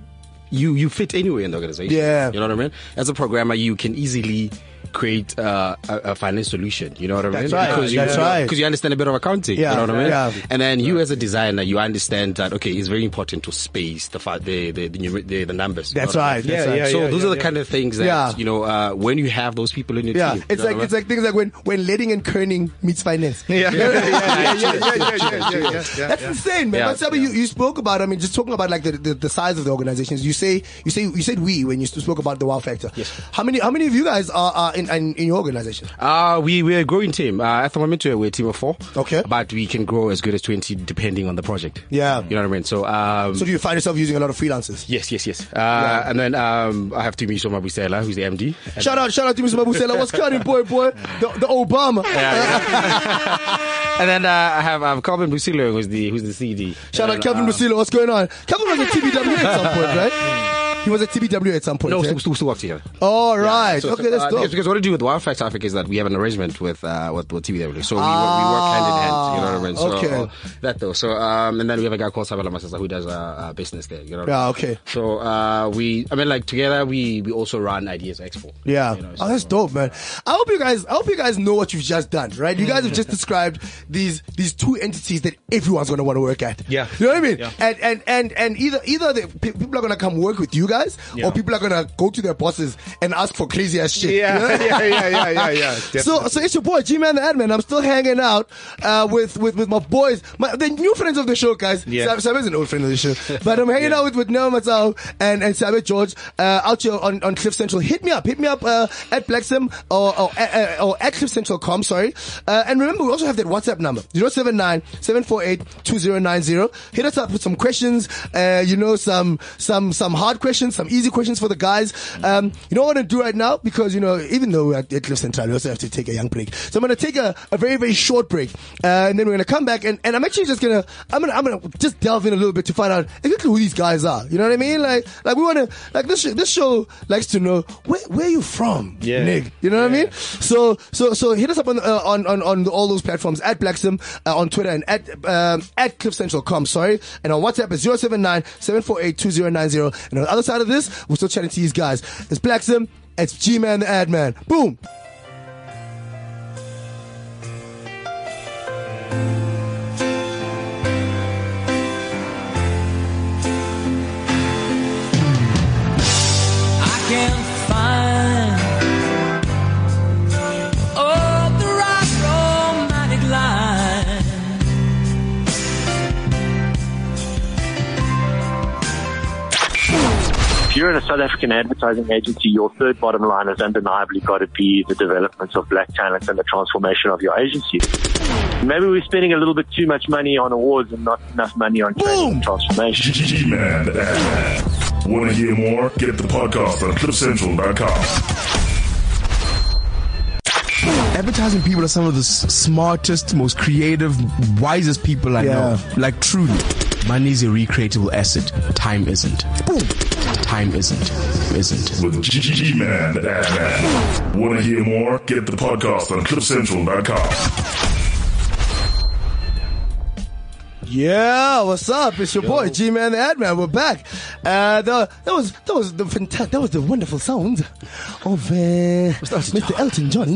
Speaker 5: you you fit anywhere in the organization.
Speaker 8: Yeah.
Speaker 5: you know what I mean. As a programmer, you can easily create uh, a, a finance solution. You know what I mean?
Speaker 8: That's right.
Speaker 5: Because you,
Speaker 8: That's right.
Speaker 5: Because you understand a bit of accounting.
Speaker 8: Yeah.
Speaker 5: you know what I mean.
Speaker 8: Yeah.
Speaker 5: And then you, as a designer, you understand that okay, it's very important to space the fa- the the the, numer- the, the numbers. you know
Speaker 8: That's
Speaker 5: what I mean?
Speaker 8: right.
Speaker 4: Yeah,
Speaker 8: that's right.
Speaker 4: yeah,
Speaker 5: so those are the kind of things that
Speaker 8: Yeah.
Speaker 5: you know uh, when you have those people in your
Speaker 8: Yeah,
Speaker 5: team. you
Speaker 8: it's
Speaker 5: know
Speaker 8: like
Speaker 5: what I
Speaker 8: it's
Speaker 5: mean?
Speaker 8: like things like when when letting and kerning meets finance.
Speaker 4: Yeah.
Speaker 8: You know what I mean?
Speaker 4: Yeah, yeah, yeah, yeah, yeah, yeah, yeah, yeah,
Speaker 8: That's
Speaker 4: yeah.
Speaker 8: insane, man.
Speaker 5: Yeah.
Speaker 8: But Sabi, you, you spoke about. I mean, just talking about like the, the, the size of the organizations. You say you say you said we when you spoke about the wow factor. Yes. How many how many of you guys are, are in, in in your organization?
Speaker 5: Uh, we, we're a growing team. Uh, at the moment, we're, we're a team of four.
Speaker 8: Okay.
Speaker 5: But we can grow as good as 20 depending on the project.
Speaker 8: Yeah.
Speaker 5: You know what I mean? So, um,
Speaker 8: So do you find yourself using a lot of freelancers?
Speaker 5: yes, yes, yes. Uh, and then, um, I have to meet Shoma Busela, who's the MD.
Speaker 8: Shout out, shout out to Mr. Mabusela. What's cutting, boy, boy? The, the Obama.
Speaker 5: And then, uh, I have, um, Calvin Busilo, who's the, who's the CD.
Speaker 8: Shout out
Speaker 5: And then,
Speaker 8: Kevin
Speaker 5: uh,
Speaker 8: Busila. What's going on? Kevin was a TBW at some point, right? He was a TBW at some point.
Speaker 5: No,
Speaker 8: eh?
Speaker 5: still, still, still work together.
Speaker 8: All right.
Speaker 5: So,
Speaker 8: okay, that's
Speaker 5: uh,
Speaker 8: dope.
Speaker 5: Because, because what I do with Wildfire Traffic is that we have an arrangement with uh, with, with TBW. So we,
Speaker 8: Ah,
Speaker 5: work, we work hand in hand. You know what I mean? So
Speaker 8: okay.
Speaker 5: that though. So um, and then we have a guy called Sabala Masasa who does uh, uh, business there. You know. What I
Speaker 8: Yeah,
Speaker 5: mean?
Speaker 8: Ah, okay.
Speaker 5: So uh, we, I mean, like together we we also run Ideas Expo.
Speaker 8: Yeah.
Speaker 5: You know, so-
Speaker 8: oh, that's dope, man. I hope you guys, I hope you guys know what you've just done, right? You guys have just described these, these two entities that everyone's going to want to work at.
Speaker 4: Yeah.
Speaker 8: You know what I mean?
Speaker 4: Yeah.
Speaker 8: And, and, and, and either, either the pe- people are going to come work with you guys
Speaker 4: Yeah.
Speaker 8: or people are going to go to their bosses and ask for crazy ass shit. You know what I
Speaker 4: yeah,
Speaker 8: mean?
Speaker 4: yeah, yeah, yeah, yeah, yeah.
Speaker 8: So, so it's your boy G Man the Admin. I'm still hanging out uh, with, with with my boys, my the new friends of the show, guys.
Speaker 4: Yeah.
Speaker 8: Sab, Sab is an old friend of the show, but I'm hanging out with with Noah Matsao and and Sabe George uh, out here on, on Cliff Central. Hit me up, hit me up uh, at Blacksim or or, uh, or at cliffcentral.com. Sorry, uh, and remember we also have that WhatsApp number 079-748-2090. Hit us up with some questions, uh, you know, some some some hard questions questions, some easy questions for the guys. Um, you know what I'm going to do right now? Because, you know, even though we're at, at Cliff Central, we also have to take a young break. So I'm going to take a, a very, very short break. Uh, and then we're going to come back and, and I'm actually just going to, I'm going to, I'm going to just delve in a little bit to find out exactly who these guys are. You know what I mean? Like, like we want to, like this, sh- this show likes to know where, where you from,
Speaker 4: Yeah.
Speaker 8: nigga. You know what I mean? So, so, so hit us up on uh, on on, on all those platforms at Blacksim uh, on Twitter and at um, at CliffCentral.com. Sorry, and on WhatsApp is 079-748-2090. And on the other side of this, we're still chatting to these guys. It's Blacksim. It's G Man the Ad Man. Boom.
Speaker 9: I can't find oh the right romantic line.
Speaker 7: If you're in a South African advertising agency, your third bottom line has undeniably got to be the development of black talent and the transformation of your agency. Maybe we're spending a little bit too much money on awards and not enough money on training and transformation.
Speaker 2: G-Man the Ad Man. Want to hear more? Get the podcast on cliffcentral.com.
Speaker 10: Advertising people are some of the s- smartest, most creative, wisest people I know. Like truly, money is a recreatable asset. Time isn't. Time isn't. Isn't.
Speaker 2: With G-Man the Ad Man. Want to hear more? Get the podcast on cliffcentral.com.
Speaker 8: Yeah, what's up? It's your boy G Man the Ad Man. We're back. Uh, the, that was that was the fantastic, that was the wonderful sound of uh, Mr. Elton John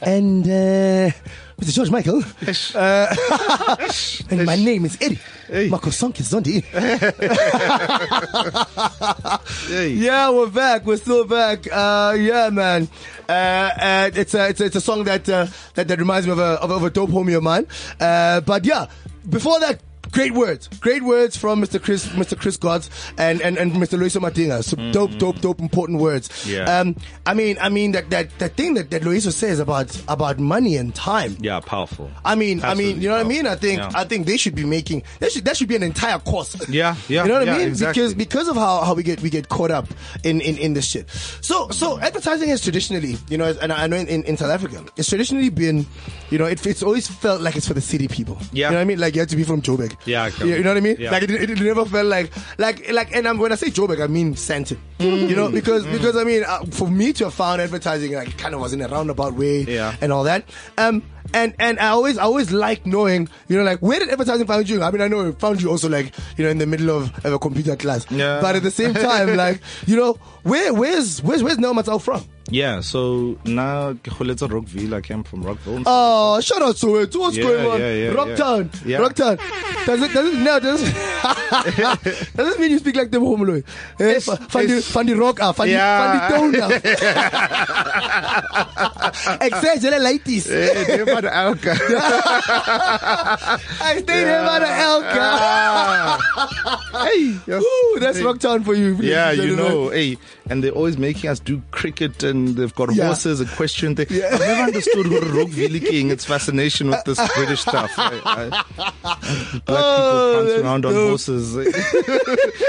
Speaker 8: and uh, Mr. George Michael. Uh, and my name is Eddie. Marco Sunk is Zondi. Yeah, we're back. We're still back. Uh, yeah, man. Uh, uh, it's a it's a, it's a song that, uh, that that reminds me of a of, a- of a dope homie of mine. Uh, but yeah, before that. Great words, great words from Mr. Chris, Mr. Chris Gods, and and and Mr. Luisa Martinez. So dope, dope, dope, important words.
Speaker 4: Yeah.
Speaker 8: Um, I mean, I mean that that that thing that that Luisa says about about money and time.
Speaker 4: Yeah, powerful.
Speaker 8: I mean, I mean,
Speaker 4: Absolutely
Speaker 8: you know what I
Speaker 4: powerful.
Speaker 8: mean? I think,
Speaker 4: Yeah.
Speaker 8: I think they should be making that should that should be an entire course.
Speaker 4: Yeah, yeah,
Speaker 8: You know what I
Speaker 4: yeah,
Speaker 8: mean?
Speaker 4: exactly.
Speaker 8: Because because of how, how we get we get caught up in, in, in this shit. So so advertising has traditionally, you know, and I know in, in South Africa, it's traditionally been, you know, it, it's always felt like it's for the city people.
Speaker 4: Yeah.
Speaker 8: you know what I mean? Like you had to be from Joburg.
Speaker 4: Yeah, I can-
Speaker 8: you, you know what I mean?
Speaker 4: yeah.
Speaker 8: Like it, it never felt like like like, and I'm, when I say Joburg, I mean Santon.
Speaker 4: Mm.
Speaker 8: You know, because because I mean, uh, for me to have found advertising, like it kind of was in a roundabout way
Speaker 4: Yeah.
Speaker 8: and all that. Um, and and I always I always like knowing, you know, like where did advertising find you? I mean, I know it found you also like you know in the middle of, of a computer class,
Speaker 4: Yeah.
Speaker 8: but at the same time, like you know, where where's where's where's Neo Matsao from?
Speaker 4: Yeah, so now Kholeza Rockville, I came from Rockville.
Speaker 8: Oh, shout out to it. What's
Speaker 4: Yeah,
Speaker 8: going on?
Speaker 4: yeah, yeah,
Speaker 8: Rocktown,
Speaker 4: yeah. Yeah.
Speaker 8: Rocktown. Does it does it now does it, does it mean you speak like them homoloy? Eh,
Speaker 4: It's-
Speaker 8: fa- Funny
Speaker 4: it's-
Speaker 8: funny rock ah, funny
Speaker 4: Yeah.
Speaker 8: funny town ah. Exaggerate like this. I stayed here by the Elka. Ooh, that's Rocktown for you.
Speaker 4: yeah,
Speaker 8: ladies and
Speaker 4: you
Speaker 8: gentlemen.
Speaker 4: know, hey, and they're always making us do cricket, and they've got
Speaker 8: Yeah.
Speaker 4: horses, a question thing.
Speaker 8: Yeah.
Speaker 4: I've never understood what a Rockville king. It's fascination with this British stuff. I, I, black
Speaker 8: Oh,
Speaker 4: people prance
Speaker 8: that's
Speaker 4: around on
Speaker 8: dope.
Speaker 4: horses.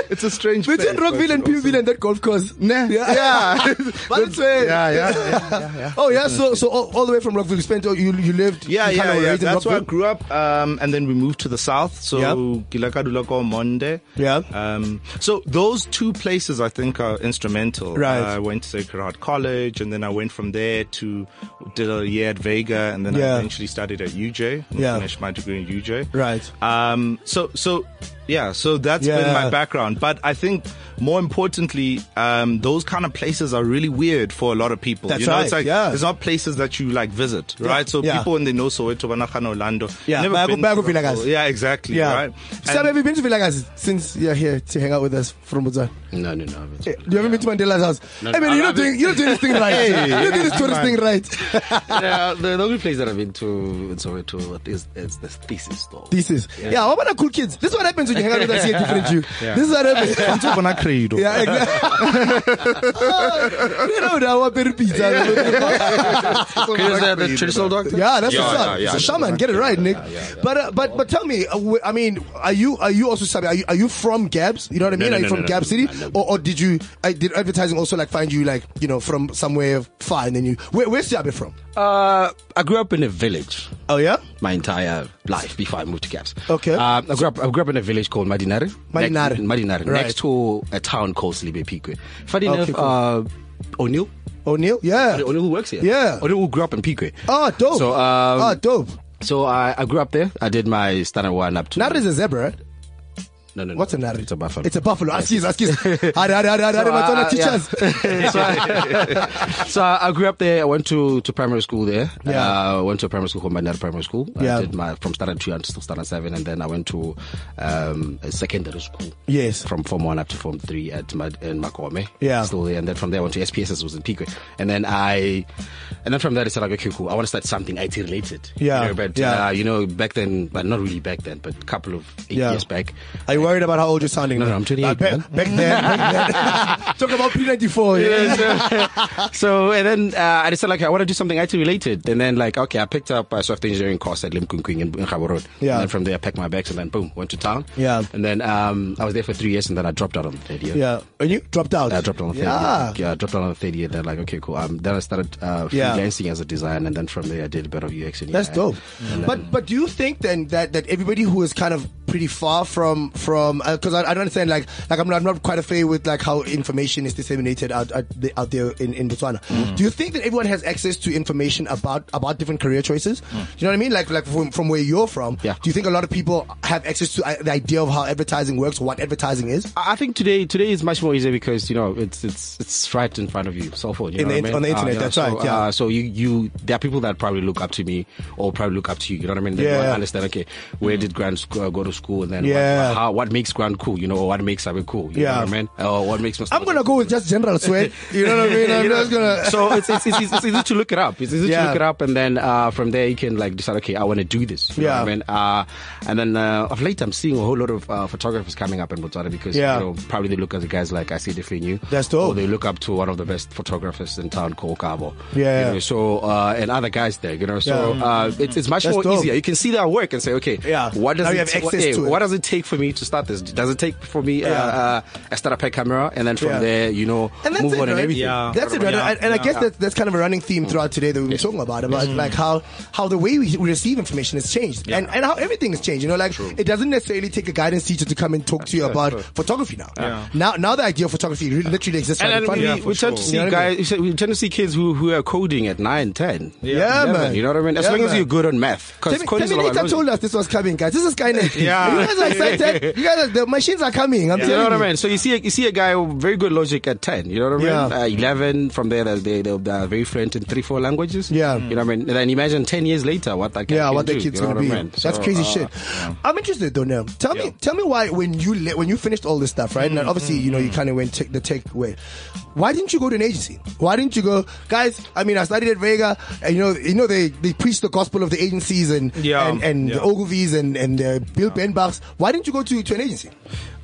Speaker 4: it's a strange.
Speaker 8: Between
Speaker 4: place,
Speaker 8: Rockville
Speaker 4: but
Speaker 8: and
Speaker 4: also-
Speaker 8: Pewville and that golf course.
Speaker 4: Nah,
Speaker 8: Yeah.
Speaker 4: yeah,
Speaker 8: But it's where-
Speaker 4: yeah, yeah, yeah, yeah, yeah.
Speaker 8: Oh yeah, so so all, all the way from Rockville, you spent you you lived.
Speaker 4: Yeah,
Speaker 8: you
Speaker 4: yeah,
Speaker 8: kinda were
Speaker 4: yeah.
Speaker 8: raised in
Speaker 4: That's where I
Speaker 8: Rockville?
Speaker 4: grew up, um, and then we moved to the south. So
Speaker 8: Yeah.
Speaker 4: Gilakadulako Monde.
Speaker 8: Yeah.
Speaker 4: Um, so those two places I think are instrumental.
Speaker 8: Right.
Speaker 4: I went to Sacred Heart College, and then I went from there to did a year at Vega, and then
Speaker 8: Yeah.
Speaker 4: I eventually studied at UJ. and
Speaker 8: Yeah.
Speaker 4: Finished my degree in UJ.
Speaker 8: Right.
Speaker 4: Um, so, so, yeah, so that's
Speaker 8: Yeah.
Speaker 4: been my background. But I think more importantly, um, those kind of places are really weird for a lot of people.
Speaker 8: That's
Speaker 4: you know,
Speaker 8: right,
Speaker 4: it's like,
Speaker 8: yeah.
Speaker 4: it's not places that you like visit, right? So
Speaker 8: yeah.
Speaker 4: people when they know Soweto, Banakana, Orlando.
Speaker 8: Yeah,
Speaker 4: Never
Speaker 8: Bago-
Speaker 4: been to
Speaker 8: Bago
Speaker 4: Rockville.
Speaker 8: Villegas.
Speaker 4: Yeah, exactly.
Speaker 8: Yeah.
Speaker 4: Right.
Speaker 8: Sam,
Speaker 4: And-
Speaker 8: have you been to Villegas since you're here to hang out with us from Botswana?
Speaker 5: No, no, no.
Speaker 8: You haven't been to Mandela's house. I mean,
Speaker 5: Eh, no,
Speaker 8: you're not
Speaker 5: I've been-
Speaker 8: doing you're not doing this thing right. you're not doing this tourist thing right.
Speaker 5: yeah, the, the only place that I've been to in Soweto is, is the thesis store.
Speaker 8: This is yeah. What about the cool kids? This is what happens when you hang out with us here, different you. This is what happens.
Speaker 4: Until when I
Speaker 1: credo.
Speaker 8: Yeah, exactly. you know now what better pizza. Yeah.
Speaker 5: Is that the traditional doctor?
Speaker 8: that's
Speaker 11: Yeah,
Speaker 8: what's
Speaker 11: yeah,
Speaker 8: up.
Speaker 11: yeah,
Speaker 8: so
Speaker 11: I
Speaker 8: shaman, get it right, Nick. But uh, but but tell me, uh, wh- I mean, are you are you also Sabi? Are you, are you from Gabs? You know what I mean?
Speaker 11: no,
Speaker 8: are you
Speaker 11: no,
Speaker 8: from
Speaker 11: no,
Speaker 8: Gab
Speaker 11: no.
Speaker 8: City, or, or did you uh, did advertising also like find you like you know from somewhere far and then you where, where's Sabi from?
Speaker 5: Uh, I grew up in a village
Speaker 8: Oh yeah,
Speaker 5: my entire life before I moved to Caps.
Speaker 8: Okay.
Speaker 5: Um, I grew up. I grew up in a village called Madinare.
Speaker 8: Madinare.
Speaker 5: Next, Madinare,
Speaker 8: Right.
Speaker 5: next to a town called Slibe Pique. Funny
Speaker 8: Okay,
Speaker 5: enough,
Speaker 8: cool.
Speaker 5: uh, O'Neill.
Speaker 8: O'Neill. Yeah.
Speaker 5: O'Neill who works here.
Speaker 8: Yeah.
Speaker 5: O'Neill who grew up in Pique.
Speaker 8: Oh dope.
Speaker 5: So, um,
Speaker 8: oh dope.
Speaker 5: So I, I grew up there. I did my standard one up to.
Speaker 8: Nara is a zebra. right?
Speaker 5: no, no, no.
Speaker 8: What's a nara?
Speaker 5: It's a buffalo.
Speaker 8: It's a buffalo. Ah, Askies, askies. Hare, hare, hare, hare,
Speaker 5: So,
Speaker 8: Matona
Speaker 5: uh,
Speaker 8: teachers.
Speaker 5: yeah. so, I, so I I grew up there. I went to, to primary school there.
Speaker 8: Yeah.
Speaker 5: Uh, went to a primary school called Mandela Primary School.
Speaker 8: Yeah.
Speaker 5: I did my from standard two until standard seven, and then I went to um, a secondary school.
Speaker 8: Yes.
Speaker 5: From form one up to form three at Mad- in Makome.
Speaker 8: Yeah.
Speaker 5: Still there, and then from there I went to SPSS was in Pique, and then I, and then from there I said like okay cool I want to start something IT related.
Speaker 8: Yeah.
Speaker 5: You know, but
Speaker 8: Yeah.
Speaker 5: Uh, you know back then, but not really back then, but a couple of eight
Speaker 8: Yeah.
Speaker 5: years back.
Speaker 8: Are you worried about how old you're sounding?
Speaker 5: No, no,
Speaker 8: man?
Speaker 5: I'm 28,
Speaker 8: Like, back,
Speaker 5: man.
Speaker 8: back then, back then. Talk about P94. Yeah.
Speaker 5: so and then uh, I decided like I want to do something IT related, and then like okay, I picked up a software engineering course at Lim Kung Kung in, in Khabo Road.
Speaker 8: Yeah.
Speaker 5: And then from there, I packed my bags and then boom, went to town.
Speaker 8: Yeah.
Speaker 5: And then um, I was there for three years, and then I dropped out on the third year.
Speaker 8: Yeah. And you dropped out.
Speaker 5: I dropped out on the third
Speaker 8: yeah.
Speaker 5: year. Yeah, I dropped out on the third year. Then like okay, cool. Um, then I started uh,
Speaker 8: Yeah.
Speaker 5: freelancing as a designer, and then from there I did a bit of UX and
Speaker 8: That's
Speaker 5: UI.
Speaker 8: dope.
Speaker 5: And then-
Speaker 8: But but do you think then that, that everybody who is kind of pretty far from from because I, I don't understand like like I'm not, I'm not quite afraid with like how information is disseminated out out, the- out there in, in Botswana.
Speaker 5: Mm.
Speaker 8: Do you think that everyone has access to information about about different career choices? You know what I mean? Like like from, from where you're from.
Speaker 5: Mm. Yeah.
Speaker 8: Do you think a lot of people have access to uh, the idea of how advertising works or what advertising is?
Speaker 5: I I think today today is much more easier because you know it's it's it's right in front of you, cell phone. You
Speaker 8: In
Speaker 5: know
Speaker 8: the
Speaker 5: what
Speaker 8: int-
Speaker 5: I mean? Ah,
Speaker 8: on the internet,
Speaker 5: yeah,
Speaker 8: that's
Speaker 5: so,
Speaker 8: right, yeah.
Speaker 5: Uh, so you you there are people that probably look up to me or probably look up to you. You know what I mean? They
Speaker 8: Yeah.
Speaker 5: don't understand. Okay, where did Grant sc- uh, go to school? And then
Speaker 8: Yeah.
Speaker 5: what, how, what makes Grant cool? You know, or what makes Abe cool? You
Speaker 8: Yeah.
Speaker 5: know what I mean? Or what makes
Speaker 8: I'm gonna go with just general sweat. You know what I mean? I'm just gonna.
Speaker 5: so it's, it's, it's, it's easy to look it up. It's easy
Speaker 8: Yeah.
Speaker 5: to look it up, and then uh, from there you can like decide, okay, I want to do this. You know
Speaker 8: Yeah.
Speaker 5: what I mean? uh, and then uh, of late I'm seeing a whole lot of uh, photographers coming up in Botswana because
Speaker 8: Yeah.
Speaker 5: you know probably they look at the guys like I see Definu.
Speaker 8: That's dope.
Speaker 5: Or they look up to one of the best photographers in town called Cabo.
Speaker 8: Yeah.
Speaker 5: You know, so uh, and other guys there, you know. So
Speaker 8: Yeah.
Speaker 5: uh, it's, it's much
Speaker 8: That's
Speaker 5: more
Speaker 8: dope.
Speaker 5: easier. You can see their work and say, okay,
Speaker 8: Yeah.
Speaker 5: what does
Speaker 8: Now
Speaker 5: it
Speaker 8: you have
Speaker 5: ta- what,
Speaker 8: access
Speaker 5: yeah,
Speaker 8: to it.
Speaker 5: what does it take for me to start this? Does it take for me
Speaker 8: Yeah.
Speaker 5: uh, uh, a startup camera and then from
Speaker 8: Yeah.
Speaker 5: there, you know,
Speaker 8: and that's
Speaker 5: move
Speaker 8: it,
Speaker 5: on
Speaker 8: right?
Speaker 5: and everything?
Speaker 8: That's it, right? And, and I guess that, that's kind of a running theme throughout today that we were talking about, about
Speaker 5: Mm.
Speaker 8: like how, how the way we, we receive information has changed and, and how everything has changed. You know, like it doesn't necessarily take a guidance teacher to come and talk to you about photography now. Now, now the idea of photography really, literally exists right in
Speaker 5: and
Speaker 8: front
Speaker 5: we,
Speaker 8: of you.
Speaker 5: we tend to see
Speaker 8: You know what I mean?
Speaker 5: guys, uh, we tend to see kids who, who are coding at 9, 10.
Speaker 8: Yeah,
Speaker 5: 11,
Speaker 8: man.
Speaker 5: You know what I mean? As
Speaker 8: Yeah,
Speaker 5: long as
Speaker 8: man.
Speaker 5: you're good on math. Because
Speaker 8: Termi- Terminator told us this was coming, guys. This is Skynet.
Speaker 5: Yeah.
Speaker 8: You guys are excited. You guys, are, the machines are coming. I'm
Speaker 5: You know
Speaker 8: telling
Speaker 5: what I mean? So you see, a, you see a guy with very good logic at ten. You know what I mean?
Speaker 8: Yeah.
Speaker 5: Uh, Eleven from there, they they they- they are very fluent in three four languages.
Speaker 8: Yeah.
Speaker 5: You know what I mean? And then imagine ten years later what that kid
Speaker 8: yeah,
Speaker 5: can
Speaker 8: what
Speaker 5: do,
Speaker 8: the kid's
Speaker 5: you know
Speaker 8: gonna
Speaker 5: what
Speaker 8: be.
Speaker 5: I mean?
Speaker 8: That's
Speaker 5: So,
Speaker 8: crazy
Speaker 5: uh,
Speaker 8: shit. I'm interested though now. Tell me, tell me why when you li- when you finished all this stuff, right?
Speaker 4: Mm,
Speaker 8: And obviously, you know, you kind of went take the tech way. Why didn't you go to an agency? Why didn't you go, guys? I mean, I studied at Vega, and you know, you know, they they preach the gospel of the agencies and
Speaker 4: Yeah.
Speaker 8: and, and
Speaker 4: Yeah.
Speaker 8: the Ogilvies and and uh, Bill Benbachs. Why didn't you go to to an agency?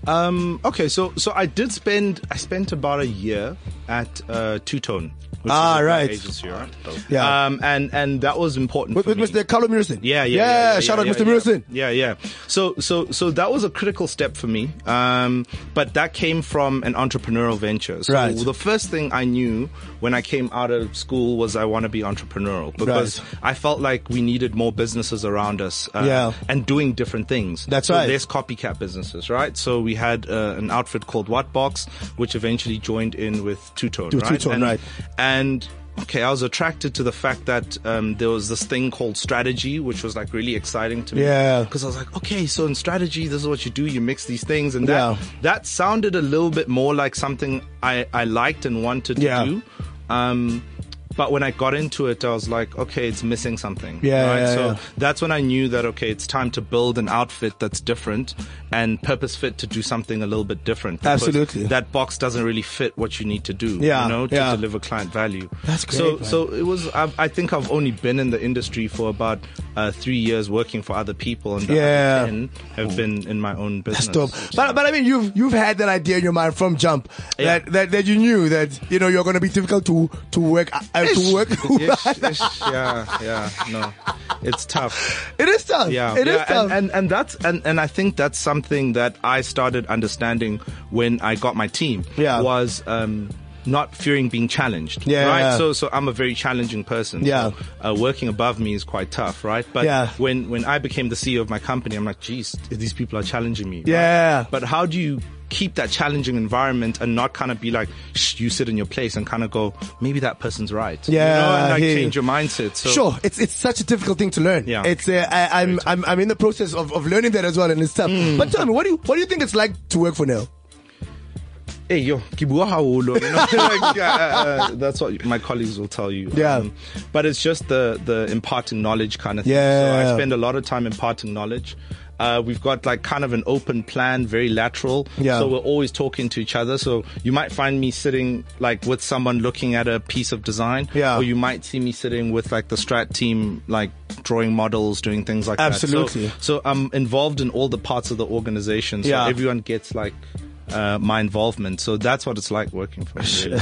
Speaker 4: Um, okay, so so I did spend I spent about a year at uh, Two Tone. which
Speaker 8: Ah,
Speaker 4: is my
Speaker 8: right.
Speaker 4: Agency, right?
Speaker 8: Yeah.
Speaker 4: Um, and and that was important
Speaker 8: With,
Speaker 4: for
Speaker 8: with Mr.
Speaker 4: me.
Speaker 8: Carlo Murison.
Speaker 4: Yeah, yeah,
Speaker 8: yeah.
Speaker 4: yeah, yeah,
Speaker 8: shout out,
Speaker 4: yeah,
Speaker 8: Mr.
Speaker 4: yeah.
Speaker 8: Murison.
Speaker 4: Yeah, yeah. So, so, so that was a critical step for me. Um, but that came from an entrepreneurial venture. So
Speaker 8: Right.
Speaker 4: The first thing I knew when I came out of school was I want to be entrepreneurial because
Speaker 8: Right.
Speaker 4: I felt like we needed more businesses around us. uh,
Speaker 8: Yeah.
Speaker 4: And doing different things.
Speaker 8: That's
Speaker 4: So
Speaker 8: right.
Speaker 4: There's copycat businesses, right? So we had uh, an outfit called Wattbox, which eventually joined in with Two Tone,
Speaker 8: With
Speaker 4: right?
Speaker 8: Two Tone,
Speaker 4: and,
Speaker 8: right.
Speaker 4: and okay, I was attracted to the fact that um, there was this thing called strategy, which was like really exciting to me.
Speaker 8: Yeah.
Speaker 4: because I was like, okay, so in strategy, this is what you do: you mix these things, and that
Speaker 8: Yeah.
Speaker 4: that sounded a little bit more like something I I liked and wanted to
Speaker 8: Yeah.
Speaker 4: do. Um, But when I got into it, I was like, okay, it's missing something.
Speaker 8: Yeah,
Speaker 4: Right?
Speaker 8: yeah,
Speaker 4: so
Speaker 8: yeah.
Speaker 4: that's when I knew that, okay, it's time to build an outfit that's different and purpose fit to do something a little bit different. because
Speaker 8: Absolutely.
Speaker 4: That box doesn't really fit what you need to do,
Speaker 8: Yeah,
Speaker 4: you know, to
Speaker 8: yeah.
Speaker 4: deliver client value.
Speaker 8: That's great,
Speaker 4: So,
Speaker 8: man.
Speaker 4: so it was, I, I think I've only been in the industry for about uh, three years working for other people and the other
Speaker 8: Yeah.
Speaker 4: 10 have been in my own business.
Speaker 8: That's dope. But, but I mean, you've you've had that idea in your mind from jump
Speaker 4: Yeah.
Speaker 8: that, that that you knew that you know you're going to be difficult to to work uh, to work.
Speaker 4: Ish, ish, yeah, yeah, no, it's tough.
Speaker 8: it is tough.
Speaker 4: Yeah,
Speaker 8: it is
Speaker 4: yeah,
Speaker 8: tough.
Speaker 4: And, and and that's and and I think that's something that I started understanding when I got my team.
Speaker 8: Yeah.
Speaker 4: was. Um, not fearing being challenged,
Speaker 8: Yeah,
Speaker 4: right?
Speaker 8: yeah.
Speaker 4: So, so I'm a very challenging person.
Speaker 8: Yeah.
Speaker 4: so, uh, working above me is quite tough, right? But
Speaker 8: Yeah.
Speaker 4: when when I became the CEO of my company, I'm like, geez, these people are challenging me. right?
Speaker 8: Yeah.
Speaker 4: But how do you keep that challenging environment and not kind of be like, Shh, you sit in your place and kind of go, maybe that person's right.
Speaker 8: Yeah,
Speaker 4: you know, and
Speaker 8: I
Speaker 4: like
Speaker 8: hear you.
Speaker 4: change your mindset. So,
Speaker 8: sure, it's it's such a difficult thing to learn.
Speaker 4: Yeah.
Speaker 8: it's uh, I, I'm I'm I'm in the process of, of learning that as well, and it's tough.
Speaker 4: Mm.
Speaker 8: But tell me, what do you what do you think it's like to work for Nell?
Speaker 4: hey yo, ke bua haholo, you know? Like, uh, uh, that's what my colleagues will tell you. Um,
Speaker 8: Yeah.
Speaker 4: but it's just the the imparting knowledge kind of thing.
Speaker 8: Yeah, yeah,
Speaker 4: So
Speaker 8: yeah.
Speaker 4: I spend a lot of time imparting knowledge. Uh, we've got like kind of an open plan, very lateral.
Speaker 8: Yeah.
Speaker 4: So we're always talking to each other. So you might find me sitting like with someone looking at a piece of design.
Speaker 8: Yeah.
Speaker 4: Or you might see me sitting with like the strat team, like drawing models, doing things like that.
Speaker 8: Absolutely.
Speaker 4: So- So, I'm involved in all the parts of the organization. So
Speaker 8: Yeah.
Speaker 4: everyone gets like uh, my involvement. So that's what it's like working for me. really.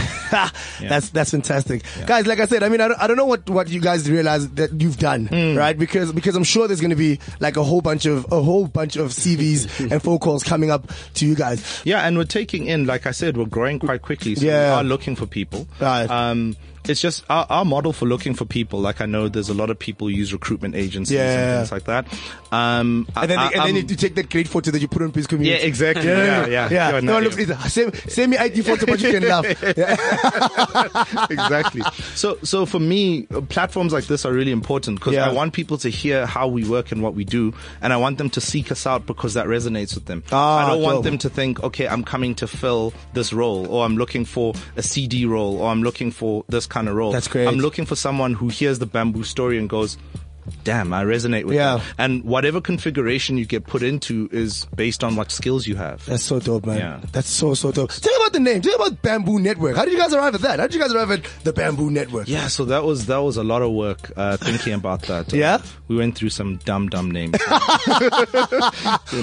Speaker 8: That's that's fantastic, guys. Like I said, I mean, I don't, I don't know what, what you guys realize that you've done,
Speaker 4: Mm.
Speaker 8: right? Because because I'm sure there's going to be like a whole bunch of a whole bunch of CVs and phone calls coming up to you guys.
Speaker 4: Yeah, and we're taking in, like I said, we're growing quite quickly. So
Speaker 8: Yeah.
Speaker 4: we are looking for people.
Speaker 8: Right.
Speaker 4: Um, it's just our, our model for looking for people. Like I know there's a lot of people who use recruitment agencies
Speaker 8: Yeah.
Speaker 4: and things like that. Um, I-
Speaker 8: And then,
Speaker 4: I-
Speaker 8: and then
Speaker 4: I'm-
Speaker 8: you, you take that great photo that you put on his
Speaker 4: yeah,
Speaker 8: community.
Speaker 4: exactly. Yeah, yeah,
Speaker 8: Yeah,
Speaker 4: You're
Speaker 8: no,
Speaker 4: nutty.
Speaker 8: look, it's- send, send me ID photo, but you can laugh. Yeah.
Speaker 4: exactly. So, so for me, uh, platforms like this are really important because
Speaker 8: Yeah.
Speaker 4: I want people to hear how we work and what we do, and I want them to seek us out because that resonates with them.
Speaker 8: Ah,
Speaker 4: I don't want
Speaker 8: dope.
Speaker 4: them to think, okay, I'm coming to fill this role, or I'm looking for a CD role, or I'm looking for this kind of role.
Speaker 8: That's great.
Speaker 4: I'm looking for someone who hears the bamboo story and goes. Damn, I resonate with
Speaker 8: Yeah.
Speaker 4: that. And whatever configuration you get put into is based on what skills you have.
Speaker 8: That's so dope, man.
Speaker 4: Yeah.
Speaker 8: That's so so dope. Tell me about the name. Tell me about Bamboo Network. How did you guys arrive at that? How did you guys arrive at the Bamboo Network?
Speaker 4: Yeah, so that was that was a lot of work uh, thinking about that. Uh,
Speaker 8: Yeah?
Speaker 4: we went through some dumb dumb names.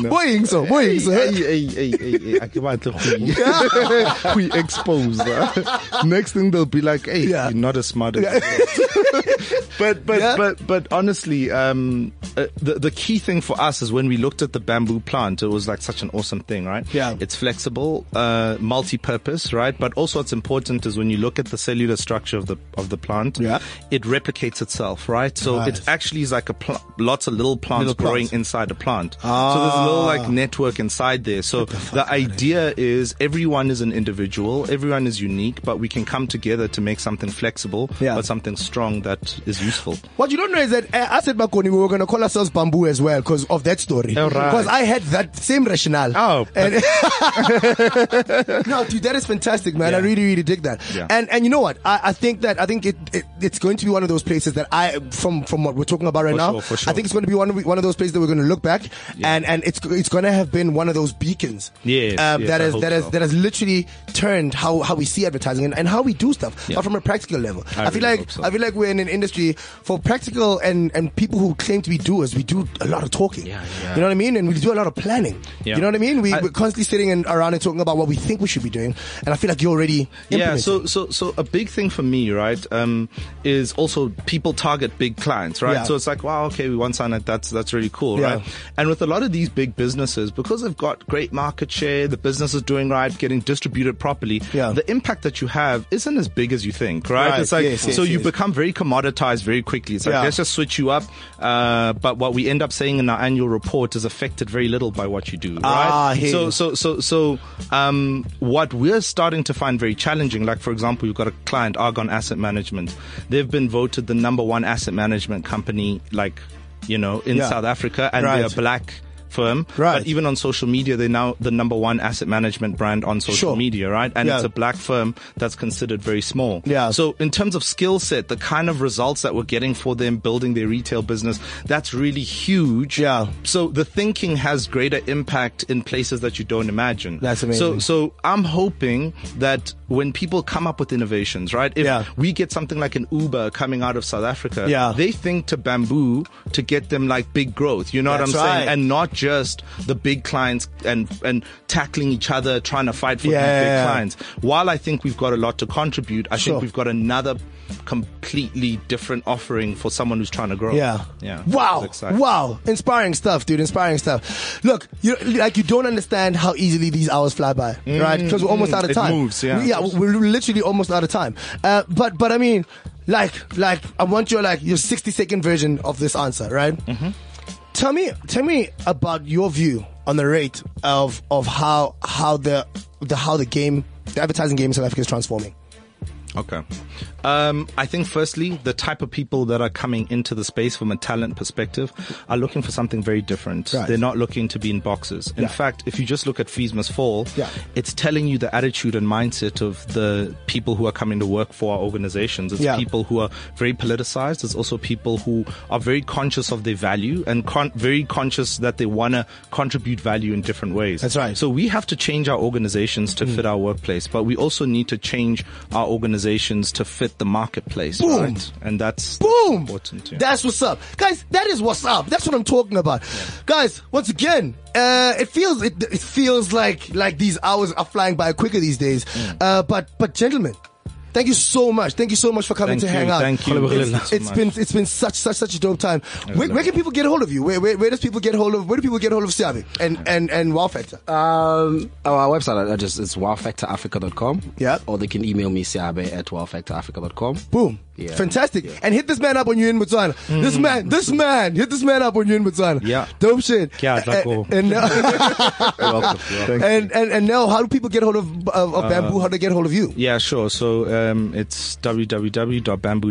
Speaker 8: Boying so, boying so.
Speaker 4: we expose. uh. Next thing they'll be like, "Hey,
Speaker 8: Yeah.
Speaker 4: you're not as smart as." you look." but but
Speaker 8: Yeah.
Speaker 4: but but honestly, um, uh, the the key thing for us is when we looked at the bamboo plant, it was like such an awesome thing, right?
Speaker 8: Yeah.
Speaker 4: it's flexible, uh, multi-purpose, right? But also, what's important is when you look at the cellular structure of the of the plant,
Speaker 8: Yeah.
Speaker 4: it replicates itself, right? So
Speaker 8: Right.
Speaker 4: it actually is like a pl- lots of little plants
Speaker 8: Little
Speaker 4: growing
Speaker 8: plants. Ah.
Speaker 4: inside a plant. So there's a little like network inside there. So the, idea is everyone is an individual, everyone is unique, but we can come together to make something flexible,
Speaker 8: Yeah.
Speaker 4: but something strong that is useful.
Speaker 8: What you don't know is that uh, us at Bakoni, we were going to call ourselves Bamboo as well because of that story.
Speaker 4: Oh, right.
Speaker 8: Because I had that same rationale.
Speaker 4: Oh,
Speaker 8: And- no, dude, that is fantastic, man. I really, really dig that.
Speaker 4: Yeah.
Speaker 8: And and you know what? I, I think that I think it, it it's going to be one of those places that I from from what we're talking about right
Speaker 4: For
Speaker 8: now.
Speaker 4: sure, for sure.
Speaker 8: I think it's going to be one of one of those places that we're going to look back and and it's it's going to have been one of those beacons.
Speaker 4: Yes,
Speaker 8: um,
Speaker 4: yes,
Speaker 8: that
Speaker 4: I
Speaker 8: has
Speaker 4: hope
Speaker 8: that has
Speaker 4: so.
Speaker 8: that has literally turned how how we see advertising and, and how we do stuff, but from a practical level. I, feel
Speaker 4: really
Speaker 8: like
Speaker 4: hope so.
Speaker 8: I feel like we're in an industry for practical and and people who claim to be doers. We do a lot of talking. You know what I mean? And we do a lot of planning.
Speaker 4: Yeah.
Speaker 8: You know what I mean? We,
Speaker 4: I-
Speaker 8: we're constantly sitting and around and talking about what we think we should be doing. And I feel like you're already
Speaker 4: Yeah,
Speaker 8: implementing.
Speaker 4: so so so a big thing for me, right, um, is also people target big clients, right?
Speaker 8: Yeah.
Speaker 4: So it's like, wow, okay, we want something like that's that's really cool,
Speaker 8: Yeah.
Speaker 4: right? And with a lot of these big businesses, because they've got great market share, the business is doing right, getting distributed properly,
Speaker 8: Yeah.
Speaker 4: the impact that you have isn't as big as you think, right?
Speaker 8: Right,
Speaker 4: It's like
Speaker 8: yes, yes,
Speaker 4: so you
Speaker 8: yes.
Speaker 4: become very commoditized very quickly. It's like
Speaker 8: Yeah.
Speaker 4: let's just switch you up, uh, but what we end up saying in our annual report is affected very little by what you do, right?
Speaker 8: Ah, I hear
Speaker 4: so
Speaker 8: you.
Speaker 4: so so so um, what we're starting to find very challenging like for example we have got a client argon asset management they've been voted the number one asset management company like you know in
Speaker 8: Yeah.
Speaker 4: south africa and
Speaker 8: Right.
Speaker 4: they're black firm.
Speaker 8: Right.
Speaker 4: But even on social media, they're now the number one asset management brand on social
Speaker 8: Sure.
Speaker 4: media, right? And
Speaker 8: Yeah.
Speaker 4: it's a black firm that's considered very small.
Speaker 8: Yeah.
Speaker 4: So in terms of skill set, the kind of results that we're getting for them building their retail business, that's really huge.
Speaker 8: Yeah.
Speaker 4: So the thinking has greater impact in places that you don't imagine.
Speaker 8: That's
Speaker 4: So
Speaker 8: amazing.
Speaker 4: so I'm hoping that when people come up with innovations, right? If
Speaker 8: Yeah.
Speaker 4: we get something like an Uber coming out of South Africa,
Speaker 8: Yeah.
Speaker 4: they think to bamboo to get them like big growth. You know
Speaker 8: That's
Speaker 4: what I'm saying?
Speaker 8: right.
Speaker 4: And not just the big clients and and tackling each other, trying to fight for
Speaker 8: Yeah,
Speaker 4: these big
Speaker 8: yeah, yeah.
Speaker 4: clients. While I think we've got a lot to contribute, I
Speaker 8: Sure.
Speaker 4: think we've got another completely different offering for someone who's trying to grow.
Speaker 8: Yeah.
Speaker 4: Yeah.
Speaker 8: Wow.
Speaker 4: It's exciting.
Speaker 8: Wow. Inspiring stuff, dude. Inspiring stuff. Look, you like you don't understand how easily these hours fly by, right? Because we're almost
Speaker 4: Mm,
Speaker 8: out of
Speaker 4: it
Speaker 8: time.
Speaker 4: moves, yeah.
Speaker 8: We- yeah. We're literally almost out of time. Uh, but but I mean, like like I want your like your sixty second version of this answer, right? Mm-hmm. Tell me tell me about your view on the rate of of how how the the how the game the advertising game in South Africa is transforming.
Speaker 4: Okay. Um, I think firstly, the type of people that are coming into the space from a talent perspective are looking for something very different.
Speaker 8: Right.
Speaker 4: They're not looking to be in boxes. In fact, if you just look at Fees Must Fall,
Speaker 8: Yeah.
Speaker 4: it's telling you the attitude and mindset of the people who are coming to work for our organizations. It's
Speaker 8: Yeah.
Speaker 4: people who are very politicized. It's also people who are very conscious of their value and con- very conscious that they want to contribute value in different ways.
Speaker 8: That's right.
Speaker 4: So so we have to change our organizations to
Speaker 8: Mm.
Speaker 4: fit our workplace, but we also need to change our organizations to fit the marketplace.
Speaker 8: Boom.
Speaker 4: Right? And that's
Speaker 8: Boom!
Speaker 4: important. Yeah.
Speaker 8: That's what's up, guys. That is what's up. That's what I'm talking about, guys. Once again, uh, it feels it, it feels like like these hours are flying by quicker these days.
Speaker 4: Mm.
Speaker 8: Uh, but but gentlemen. Thank you so much. Thank you so much for coming
Speaker 4: Thank
Speaker 8: to
Speaker 4: you,
Speaker 8: hang out.
Speaker 4: thank you.
Speaker 8: It's-
Speaker 4: Thank you so
Speaker 8: it's
Speaker 4: much.
Speaker 8: been it's been such such such a dope time. Where, where can people get a hold of you? Where, where where does people get hold of where do people get hold of Siavi and and and Wow Factor?
Speaker 5: Um, our website address is wowfactorafrica.com.
Speaker 8: Yeah.
Speaker 5: Or they can email me, siabe at wowfactorafrica.com.
Speaker 8: Boom.
Speaker 5: Yeah.
Speaker 8: Fantastic. And hit this man up when you're in Botswana. This man, this man, hit this man up when you're in Botswana.
Speaker 4: Mm-hmm. Yeah.
Speaker 8: Dope shit.
Speaker 4: Yeah, I'd like
Speaker 8: And-
Speaker 4: all.
Speaker 8: and, now-
Speaker 4: welcome. Uh, Thank
Speaker 8: and, and, and now, how do people get hold of, of, of Bamboo? How do they get hold of you?
Speaker 4: Yeah, sure. So um, it's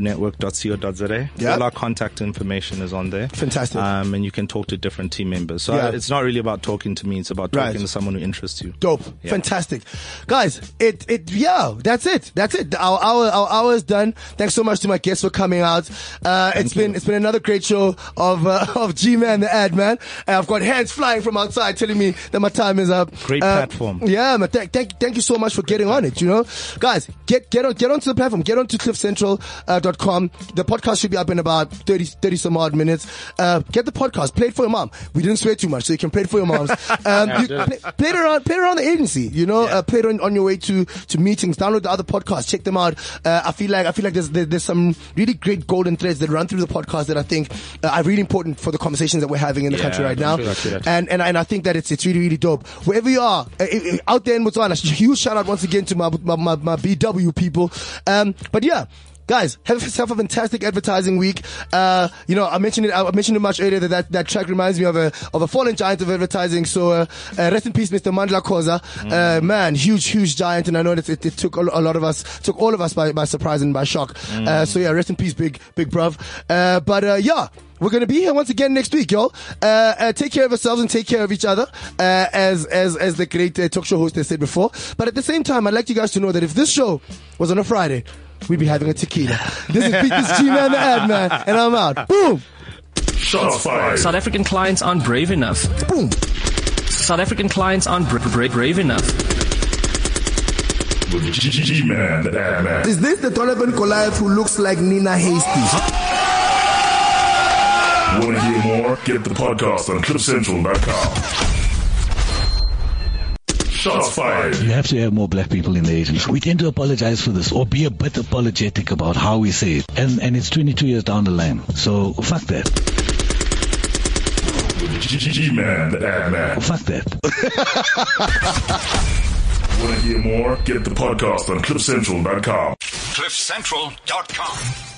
Speaker 4: www.bamboo.network.co.za.
Speaker 8: Yeah.
Speaker 4: All our contact information is on there.
Speaker 8: Fantastic.
Speaker 4: Um, and you can talk to different team members. So
Speaker 8: Yeah.
Speaker 4: uh, it's not really about talking to me; it's about
Speaker 8: Right.
Speaker 4: talking to someone who interests you.
Speaker 8: Dope.
Speaker 4: Yeah.
Speaker 8: Fantastic. Guys, it, it, yeah, that's it. That's it. Our hour, our hour is done. Thanks so much to my guests for coming out. Uh, it's been, it's been another great show of, uh, of G-Man, the ad man. And I've got hands flying from outside telling me that my time is up.
Speaker 4: Great
Speaker 8: Uh,
Speaker 4: platform.
Speaker 8: Yeah, man. Thank, thank, thank you so much for getting on it. You know, guys, get, get on, get onto the platform. Get onto cliffcentral.com. The podcast should be up in about 30, 30 some odd minutes. Uh, get the podcast. Play it for your mom. We didn't swear too much, so you can play it for your moms. Um, you- play, play it around, play it around the agency. You know, uh, play it on, on your way to, to meetings. Download the other podcasts. Check them out. Uh, I feel like, I feel like there's, there, there's some really great golden threads that run through the podcast that I think uh, are really important for the conversations that we're having in the country right now. And, and, and I think that it's, it's really, really dope. Wherever you are, uh, uh, out there in Botswana, huge shout out once again to my, my, my, my BW people. Um, but yeah. Guys, have yourself a fantastic advertising week. Uh, you know, I mentioned it. I mentioned it much earlier that that, that track reminds me of a of a fallen giant of advertising. So uh, uh, rest in peace, Mr. Mandla Koza. Uh, man, huge, huge giant, and I know that it, it took a, lo- a lot of us, took all of us by, by surprise and by shock. Uh, so yeah, rest in peace, big big bruv. Uh, but uh, yeah. We're gonna be here once again next week, y'all. Uh, uh, take care of yourselves and take care of each other, uh, as as as the great uh, talk show host has said before. But at the same time, I'd like you guys to know that if this show was on a Friday, we'd be having a tequila. This is Pete, this is G-Man the Ad Man, and I'm out. Boom!
Speaker 2: Shots fired.
Speaker 3: South African clients aren't brave enough.
Speaker 8: Boom!
Speaker 3: South African clients aren't bra- bra- brave enough.
Speaker 2: With G-Man, the Adman.
Speaker 8: Is this the Donovan Goliath who looks like Nina Hasty?
Speaker 2: Want to hear more? Get the podcast on cliffcentral.com. Shots fired.
Speaker 6: You have to have more black people in the agency. We tend to apologize for this or be a bit apologetic about how we say it. And, and it's 22 years down the line. So fuck that.
Speaker 2: G-Man, the Adman.
Speaker 6: Fuck that.
Speaker 2: Want to hear more? Get the podcast on cliffcentral.com.
Speaker 1: CliffCentral.com.